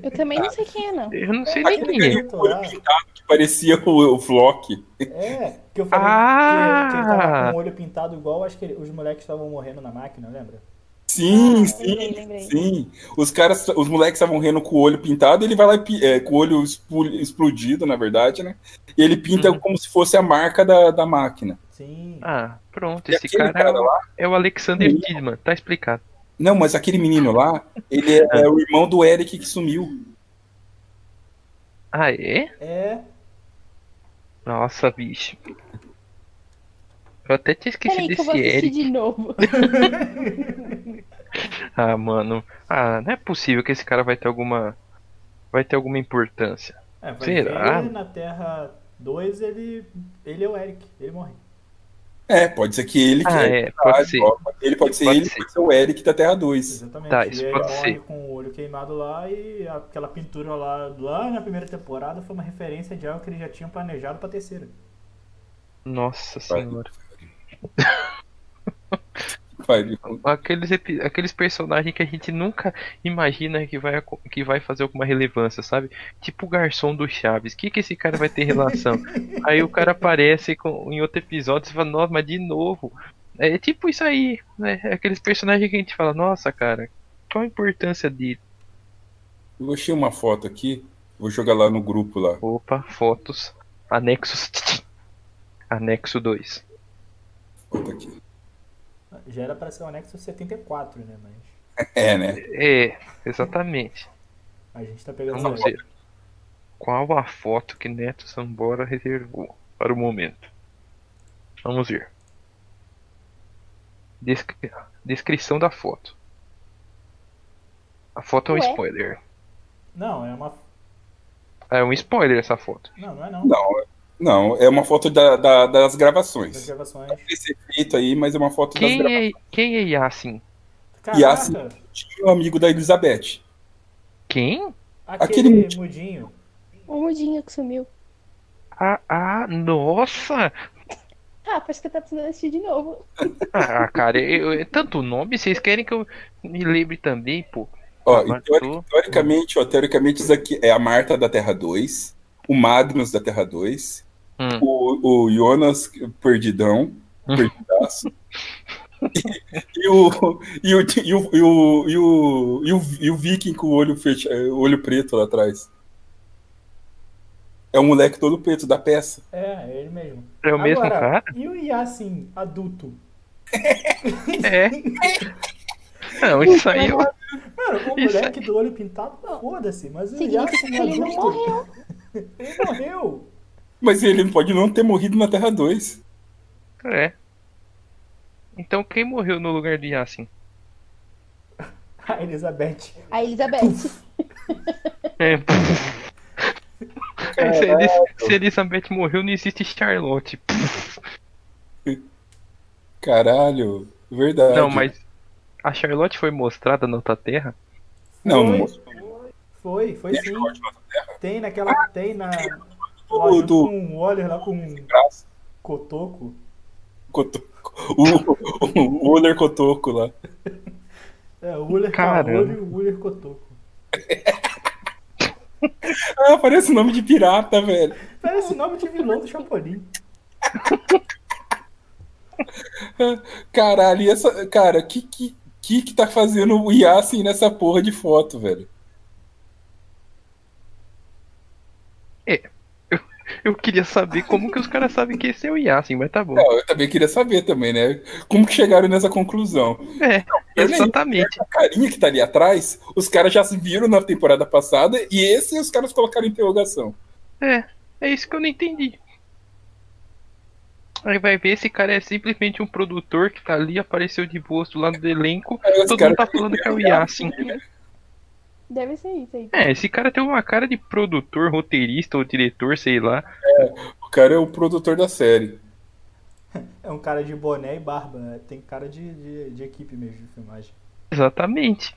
Eu também não sei quem é, não. Eu não sei nem quem é. carinha com o olho pintado que parecia o, o Flock. É, que eu falei Ah! que, que ele tava com o olho pintado igual, acho que ele- os moleques estavam morrendo na máquina, lembra? Sim, Ah, sim, lembrei, lembrei. sim. Os caras, os moleques estavam rindo com o olho pintado, ele vai lá e pi- é, com o olho expu- explodido, na verdade, né? E ele pinta Uhum. como se fosse a marca da, da máquina. Sim. Ah, pronto. E Esse aquele cara, cara é, o, lá? é o Alexander Tidman. Tá explicado. Não, mas aquele menino lá, ele é, é o irmão do Eric que sumiu. Ah, é? É, Nossa, bicho. Eu até tinha esquecido Peraí que eu vou desse assistir Eric. de novo. Ah, mano. Ah, não é possível que esse cara vai ter alguma. Vai ter alguma importância. é vai Será? ver, na Terra 2 ele, ele é o Eric, ele morre. É, pode ser que ele Ah, que é, pode ser. ó, ele pode ser Pode ele, ser. pode ser o Eric da Terra 2. Exatamente. Tá, e isso aí pode morre ser. com o olho queimado lá e aquela pintura lá, lá na primeira temporada foi uma referência de algo que eles já tinham planejado pra terceira. Nossa senhora. Pariu. Aqueles, epi- aqueles personagens que a gente nunca imagina que vai, aco- que vai fazer alguma relevância, sabe? Tipo o garçom do Chaves. O que, que esse cara vai ter relação? aí o cara aparece com- em outro episódio e fala, nossa, mas de novo. É tipo isso aí, né? Aqueles personagens que a gente fala, nossa, cara, qual a importância de. Eu achei uma foto aqui, vou jogar lá no grupo lá. Opa, fotos. Anexos. Anexo 2. Foto aqui. Já era pra ser o anexo 74, né? Mas É, né? É, exatamente. a gente tá pegando Vamos leve. ver. Qual a foto que Neto Sambora reservou para o momento? Vamos ver. Descri- Descrição da foto. A foto é um Ué? spoiler. Não, é uma. É um spoiler essa foto. Não, não é não. Não, não, é uma foto da- da- das Das gravações. gravações. Esse efeito aí, mas é uma foto das gravações. Quem é, quem é Yassin? Caraca, E assim- Tinha um amigo da Elizabeth. Quem? aquele Aquele mudinho. O mudinho que sumiu. Ah, ah, nossa! Ah, parece que tá precisando assistir de novo. Ah, cara, eu, eu- tanto nome, vocês querem que eu me lembre também, pô? Ó, Ah, e mas teori- tu- teoricamente, ó, teoricamente, isso aqui é a Marta da Terra 2, o Magnus da Terra 2, Hum. o, o Jonas Perdidão, Hum. Perdidaço. E, e o, e, o, e, o, e, o, e, o, e o- e o Viking com o olho, fecha, o olho preto lá atrás. É o moleque todo preto da peça. É, é ele mesmo. É o mesmo Agora, cara? E o Yassin, adulto? É. Não, isso aí. eu- Mano, o Isso moleque do olho pintado, foda-se, Hum, mas o Significa Yassin que ele não adulto morreu. ele morreu. Mas ele pode não ter morrido na Terra 2. É. Então quem morreu no lugar de Yassin? A Elizabeth. A Elizabeth. É. se, Elis, se Elizabeth morreu, não existe Charlotte. Caralho, verdade. Não, mas a Charlotte foi mostrada na outra terra? Não, não Foi. mostrou. Foi, foi sim. Tem naquela. Tem na. Lá O junto do com o Waller lá com um braço. cotoco. Cotoco. O, o, o Uller Cotoco lá. É, o Uller Caramba. Carol e o Uller cotoco. Ah, parece nome de pirata, velho. Parece nome de vilão do Chapolin. Caralho, e essa. Cara, que que, que que tá fazendo o Yassin nessa porra de foto, velho? Eu queria saber como que os caras sabem que esse é o Yassin, mas tá bom. Não, eu também queria saber também, né? Como que chegaram nessa conclusão? É, eu nem- exatamente. A carinha que tá ali atrás, os caras já se viram na temporada passada e esse os caras colocaram interrogação. É, é isso que eu não entendi. Aí vai ver, esse cara é simplesmente um produtor que tá ali, apareceu de boas do lado do elenco. Aí os Todo caras- mundo tá falando que é o Yassin. né? Deve ser isso aí. É, esse cara tem uma cara de produtor, roteirista ou diretor, sei lá. O cara é o produtor da série. É um cara de boné e barba. né? Tem cara de, de, de equipe mesmo de filmagem. Exatamente.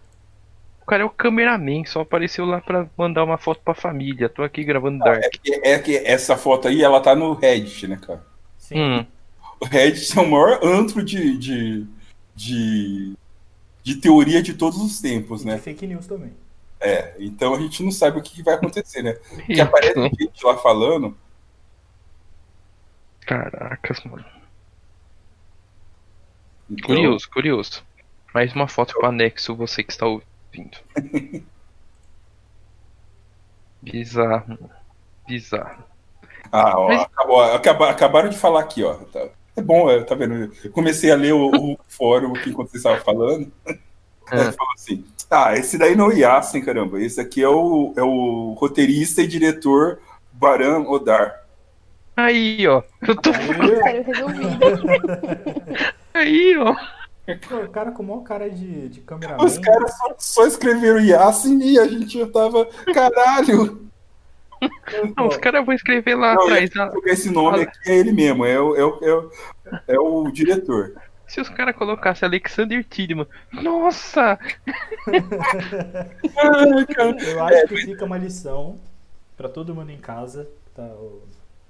O cara é o cameraman, só apareceu lá pra mandar uma foto pra família. Tô aqui gravando Dark. É que essa foto aí, ela tá no Reddit, né, cara? Sim. Hum, O Reddit é o maior antro de, de, de, de teoria de todos os tempos, E né? de fake news também. É, então a gente não sabe o que que vai acontecer, né? Porque isso. aparece gente lá falando. Caracas, mano. então- Curioso, curioso. Mais uma foto pro anexo, você que está ouvindo. Bizarro. Bizarro. Ah, ó, Mas- acabou- acaba- acabaram de falar aqui, ó. Tá- é bom, é, tá vendo? Eu comecei a ler o, o fórum aqui enquanto vocês estavam falando. Ah. Aí Falou assim: Ah, esse daí não é o Yasin, caramba. Esse aqui é o, é o roteirista e diretor Baran Odar. Aí, ó. Eu tô Aí, Sério, resolvido. aí, ó. pô, o cara com o maior cara de, de cameraman. Hum. Os caras só, só escreveram Yasin e a gente já tava. Caralho! Não, os caras vão escrever lá Não, atrás. ah, Porque esse nome aqui é ele mesmo, é o, é o, é o, é o diretor. Se os caras colocassem Alexander Tidman. Nossa! Ai, cara. Eu acho que fica uma lição pra todo mundo em casa que tá,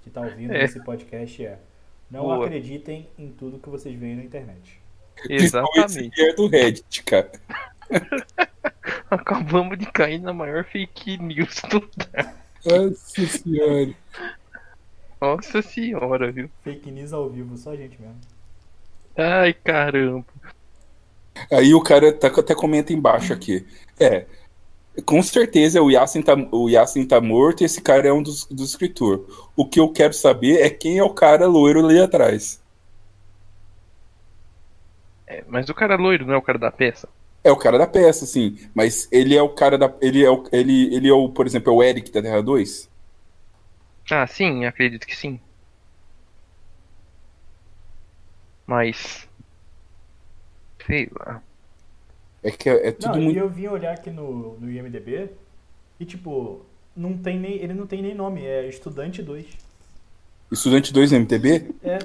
que tá ouvindo É. esse podcast é não Boa. acreditem em tudo que vocês veem na internet. Principalmente Exatamente. se é do Reddit, cara. Acabamos de cair na maior fake news do. Nossa senhora. Nossa senhora, viu? Fake news ao vivo, só a gente mesmo. Ai, caramba. Aí o cara tá, até comenta embaixo aqui. É. Com certeza o Yassin tá, o Yassin tá morto e esse cara é um dos, dos escritor. O que eu quero saber é quem é o cara loiro ali atrás. É, mas o cara loiro não é o cara da peça? É o cara da peça, sim. Mas ele é o cara da. Ele é o, ele, ele é o por exemplo, é o Eric da Terra 2? Ah, sim, acredito que sim. Mas. Sei lá. É que é, é tudo Não, e muito. eu vim olhar aqui no, no IMDB e tipo, não tem nem, ele não tem nem nome, é estudante 2. Estudante 2 MTB? É,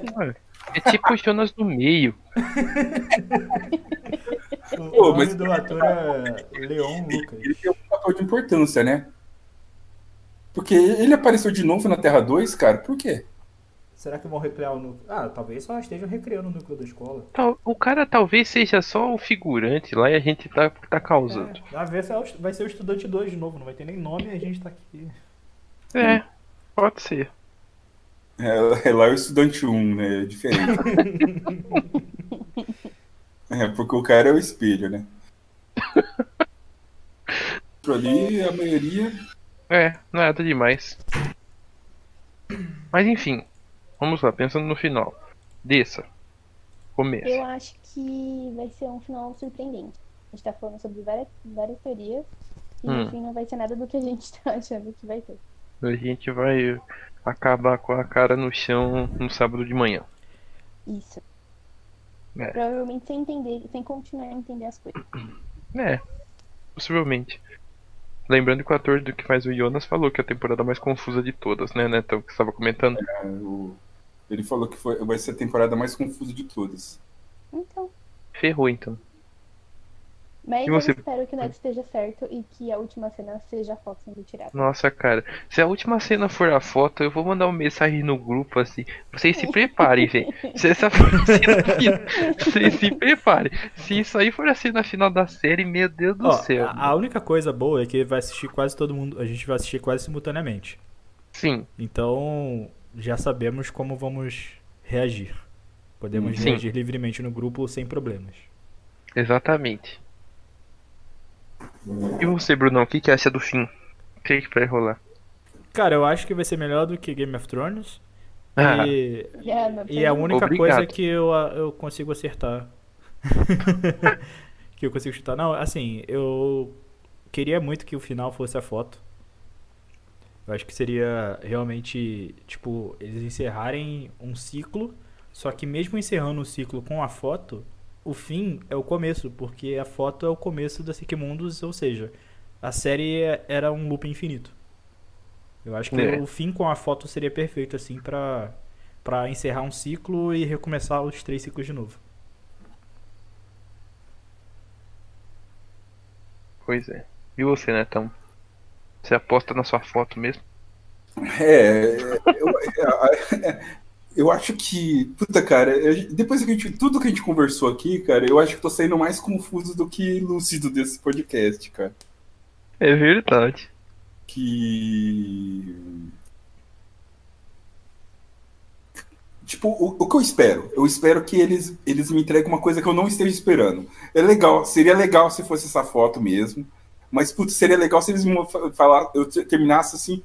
É tipo o Jonas do meio. o, o Pô, nome mas- do ator é Leon Lucas. Ele tem um papel de importância, né? Porque ele apareceu de novo na Terra 2, cara, por quê? Será que vão recriar o núcleo? Ah, talvez só estejam recriando o núcleo da escola. Tal- O cara talvez seja só o figurante lá e a gente tá, tá causando. É, vai ser o- vai ser o estudante 2 de novo, não vai ter nem nome e a gente tá aqui. É, pode ser. É, é lá o estudante 1, né? É diferente. É, porque o cara é o espelho, né? Tipo, Ali a maioria. É, nada demais. Mas enfim, vamos lá, pensando no final. Desça. Eu Começa. acho que vai ser um final surpreendente. A gente tá falando sobre várias, várias teorias. E Hum. no fim não vai ser nada do que a gente tá achando que vai ter. A gente vai acabar com a cara no chão no sábado de manhã. Isso. É. Provavelmente sem entender, sem continuar a entender as coisas. É, possivelmente. Lembrando que o ator do que faz o Jonas falou que é a temporada mais confusa de todas, né, Netão? Que você estava comentando. é, O- Ele falou que foi, vai ser a temporada mais confusa de todas. Então. Ferrou, então. Mas E você? eu espero que o Ned esteja certo e que a última cena seja a foto sendo tirada. Nossa, cara. Se a última cena for a foto, eu vou mandar uma mensagem no grupo assim. Vocês se preparem, velho. Se essa for a cena final, vocês se preparem. Se isso aí for a cena final da série, meu Deus do Ó, céu. a, a única coisa boa é que vai assistir quase todo mundo. A gente vai assistir quase simultaneamente. Sim, Então já sabemos como vamos reagir. Podemos Sim. reagir livremente no grupo sem problemas. exatamente. E você, Brunão, o que, que acha do fim? O que, que vai rolar? Cara, eu acho que vai ser melhor do que Game of Thrones. Ah, E, É, meu e a primo. única Obrigado. coisa que eu, eu consigo acertar. que eu consigo chutar. Não, assim, eu queria muito que o final fosse a foto. Eu acho que seria realmente, tipo, eles encerrarem um ciclo. Só que mesmo encerrando o ciclo com a foto, o fim é o começo, porque a foto é o começo da Sick Mundos, ou seja, a série é- era um loop infinito. Eu acho que É. o fim com a foto seria perfeito, assim, pra, pra encerrar um ciclo e recomeçar os três ciclos de novo. pois é. E você, Netão? Você aposta na sua foto mesmo? É, eu, é, eu acho que. Puta, cara, eu- depois que a gente, tudo que a gente conversou aqui, cara, eu acho que tô saindo mais confuso do que lúcido desse podcast, cara. É verdade. que. Tipo, o, o que eu espero? Eu espero que eles, eles me entreguem uma coisa que eu não esteja esperando. É legal, seria legal se fosse essa foto mesmo. Mas, putz, seria legal se eles me fa- falar, eu te- terminasse assim,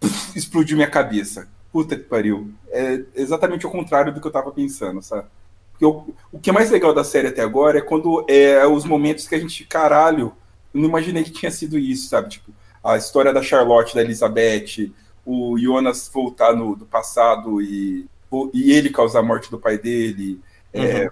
pff, explodiu minha cabeça. Puta que pariu. É exatamente o contrário do que eu tava pensando, sabe? Porque eu- o que é mais legal da série até agora é quando é os momentos que a gente, caralho, eu não imaginei que tinha sido isso, sabe? Tipo, a história da Charlotte, da Elizabeth, o Jonas voltar no, do passado e, e ele causar a morte do pai dele. É,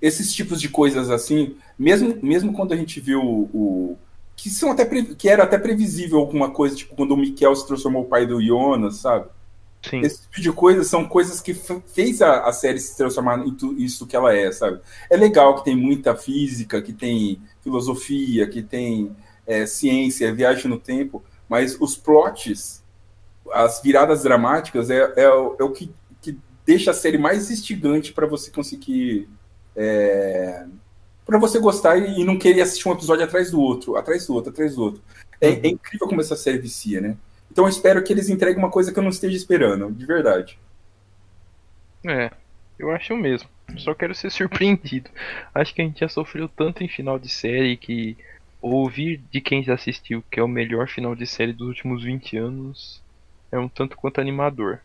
esses tipos de coisas assim, mesmo, mesmo quando a gente viu o. o- que, são até pre- que era até previsível alguma coisa, tipo quando o Miquel se transformou o pai do Jonas, sabe? Sim. Esse tipo de coisa são coisas que fe- fez a, a série se transformar em tu- isso que ela é, sabe? É legal que tem muita física, que tem filosofia, que tem é, ciência, viagem no tempo, mas os plots, as viradas dramáticas, é, é o- é o que, que deixa a série mais instigante para você conseguir. É, para você gostar e, e não querer assistir um episódio atrás do outro, atrás do outro, atrás do outro. É, é incrível como essa série vicia, né? Então eu espero que eles entreguem uma coisa que eu não esteja esperando, de verdade. É, eu acho mesmo. Só quero ser surpreendido. Acho que a gente já sofreu tanto em final de série que ouvir de quem já assistiu que é o melhor final de série dos últimos 20 anos é um tanto quanto animador.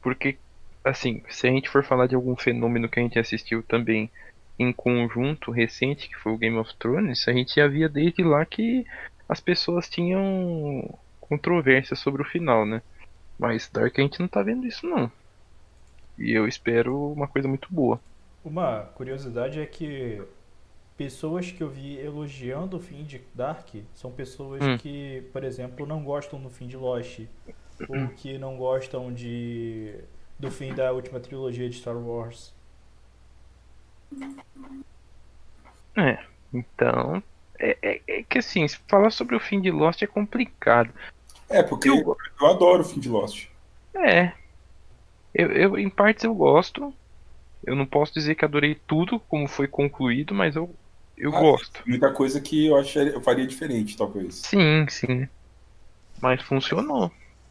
Porque, assim, se a gente for falar de algum fenômeno que a gente assistiu também em conjunto recente, que foi o Game of Thrones, a gente já via desde lá que as pessoas tinham controvérsia sobre o final, né? Mas Dark a gente não tá vendo isso não. E eu espero uma coisa muito boa. Uma curiosidade é que pessoas que eu vi elogiando o fim de Dark são pessoas Hum. que, por exemplo, não gostam do fim de Lost, ou que não gostam de do fim da última trilogia de Star Wars. Então, é, é- é que assim, se falar sobre o fim de Lost é complicado. É, porque Eu- eu, eu adoro o fim de Lost. É. Eu, eu, em partes eu gosto. Eu não posso dizer que adorei tudo como foi concluído, mas eu, eu Ah, gosto. Muita coisa que eu acharia, eu faria diferente, talvez. Sim, sim. Mas funcionou.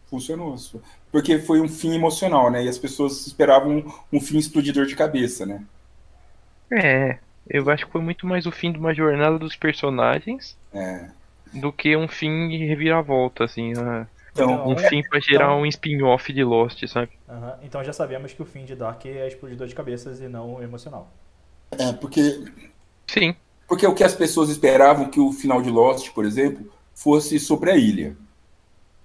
Funcionou. isso. Porque foi um fim emocional, né? E as pessoas esperavam um, um fim explodidor de cabeça, né? É. Eu acho que foi muito mais o fim de uma jornada dos personagens É. do que um fim de reviravolta, assim. ah, Então, é. Um fim pra gerar um spin-off de Lost, sabe? Aham, Então já sabemos que o fim de Dark é explodir dor de cabeças e não emocional. é, porque Sim. Porque o que as pessoas esperavam que o final de Lost, por exemplo, fosse sobre a ilha.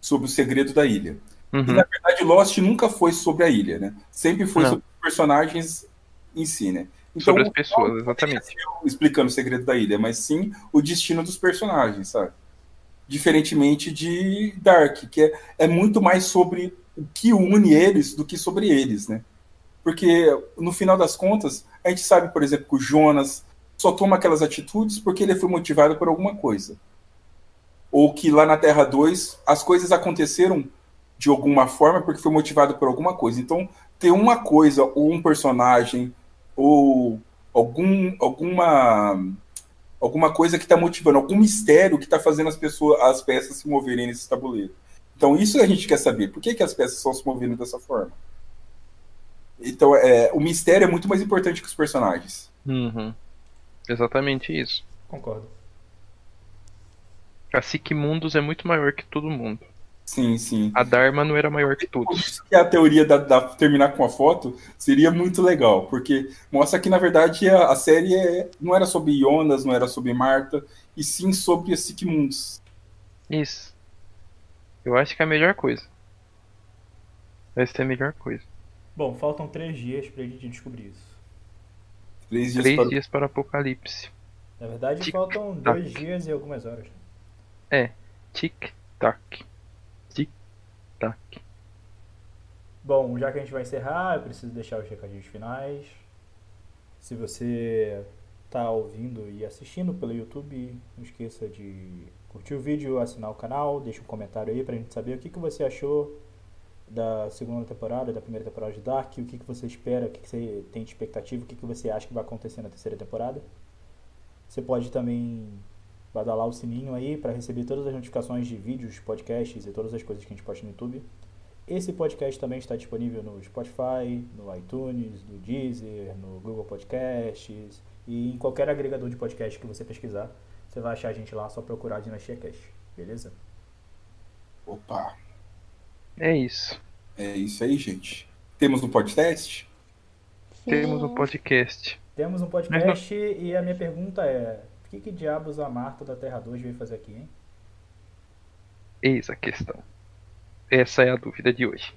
Sobre o segredo da ilha. E Uhum. na verdade, Lost nunca foi sobre a ilha, né? Sempre foi Não. sobre os personagens em si, né? Então, Sobre as pessoas, exatamente. não explicando o segredo da ilha, mas sim o destino dos personagens, sabe? Diferentemente de Dark, que é, é muito mais sobre o que une eles do que sobre eles, né? Porque, no final das contas, a gente sabe, por exemplo, que o Jonas só toma aquelas atitudes porque ele foi motivado por alguma coisa. Ou que lá na Terra 2 as coisas aconteceram de alguma forma porque foi motivado por alguma coisa. Então, ter uma coisa, ou um personagem, ou algum, alguma, alguma coisa que está motivando, algum mistério que está fazendo as pessoas, as peças se moverem nesse tabuleiro. Então, isso a gente quer saber. Por que, que as peças estão se movendo dessa forma? Então, é, o mistério é muito mais importante que os personagens. Uhum. Exatamente isso. Concordo. A Sique Mundus é muito maior que todo mundo. Sim, sim. A Dharma não era maior que Por todos. isso que a teoria da, da- terminar com a foto seria muito legal, porque mostra que, na verdade, a, a série é- não era sobre Jonas, não era sobre Marta, e sim sobre Sigmunds. Isso. Eu acho que é a melhor coisa. Essa é a melhor coisa. Bom, faltam três dias pra gente descobrir isso. Três dias Três para... dias para o apocalipse. Na verdade, Tic-tac. faltam dois dias e algumas horas. Tic tac. Tic tac. Bom, já que a gente vai encerrar, eu preciso deixar os recadinhos finais. Se você tá ouvindo e assistindo pelo YouTube, não esqueça de curtir o vídeo, assinar o canal, deixa um comentário aí pra gente saber o que, que você achou da segunda temporada, da primeira temporada de Dark, o que, que você espera, o que, que você tem de expectativa, o que, que você acha que vai acontecer na terceira temporada. Você pode também badalar o sininho aí pra receber todas as notificações de vídeos, podcasts e todas as coisas que a gente posta no YouTube. Esse podcast também está disponível no Spotify, no iTunes, no Deezer, no Google Podcasts e em qualquer agregador de podcast que você pesquisar, você vai achar a gente lá, é só procurar a Dinastia Cast, beleza? Opa, É isso. é isso aí, gente. Temos um podcast? Sim. Temos um podcast. Temos um podcast e a minha pergunta é: o que, que diabos a Marta da Terra 2 veio fazer aqui, hein? Eis a questão. Essa é a dúvida de hoje.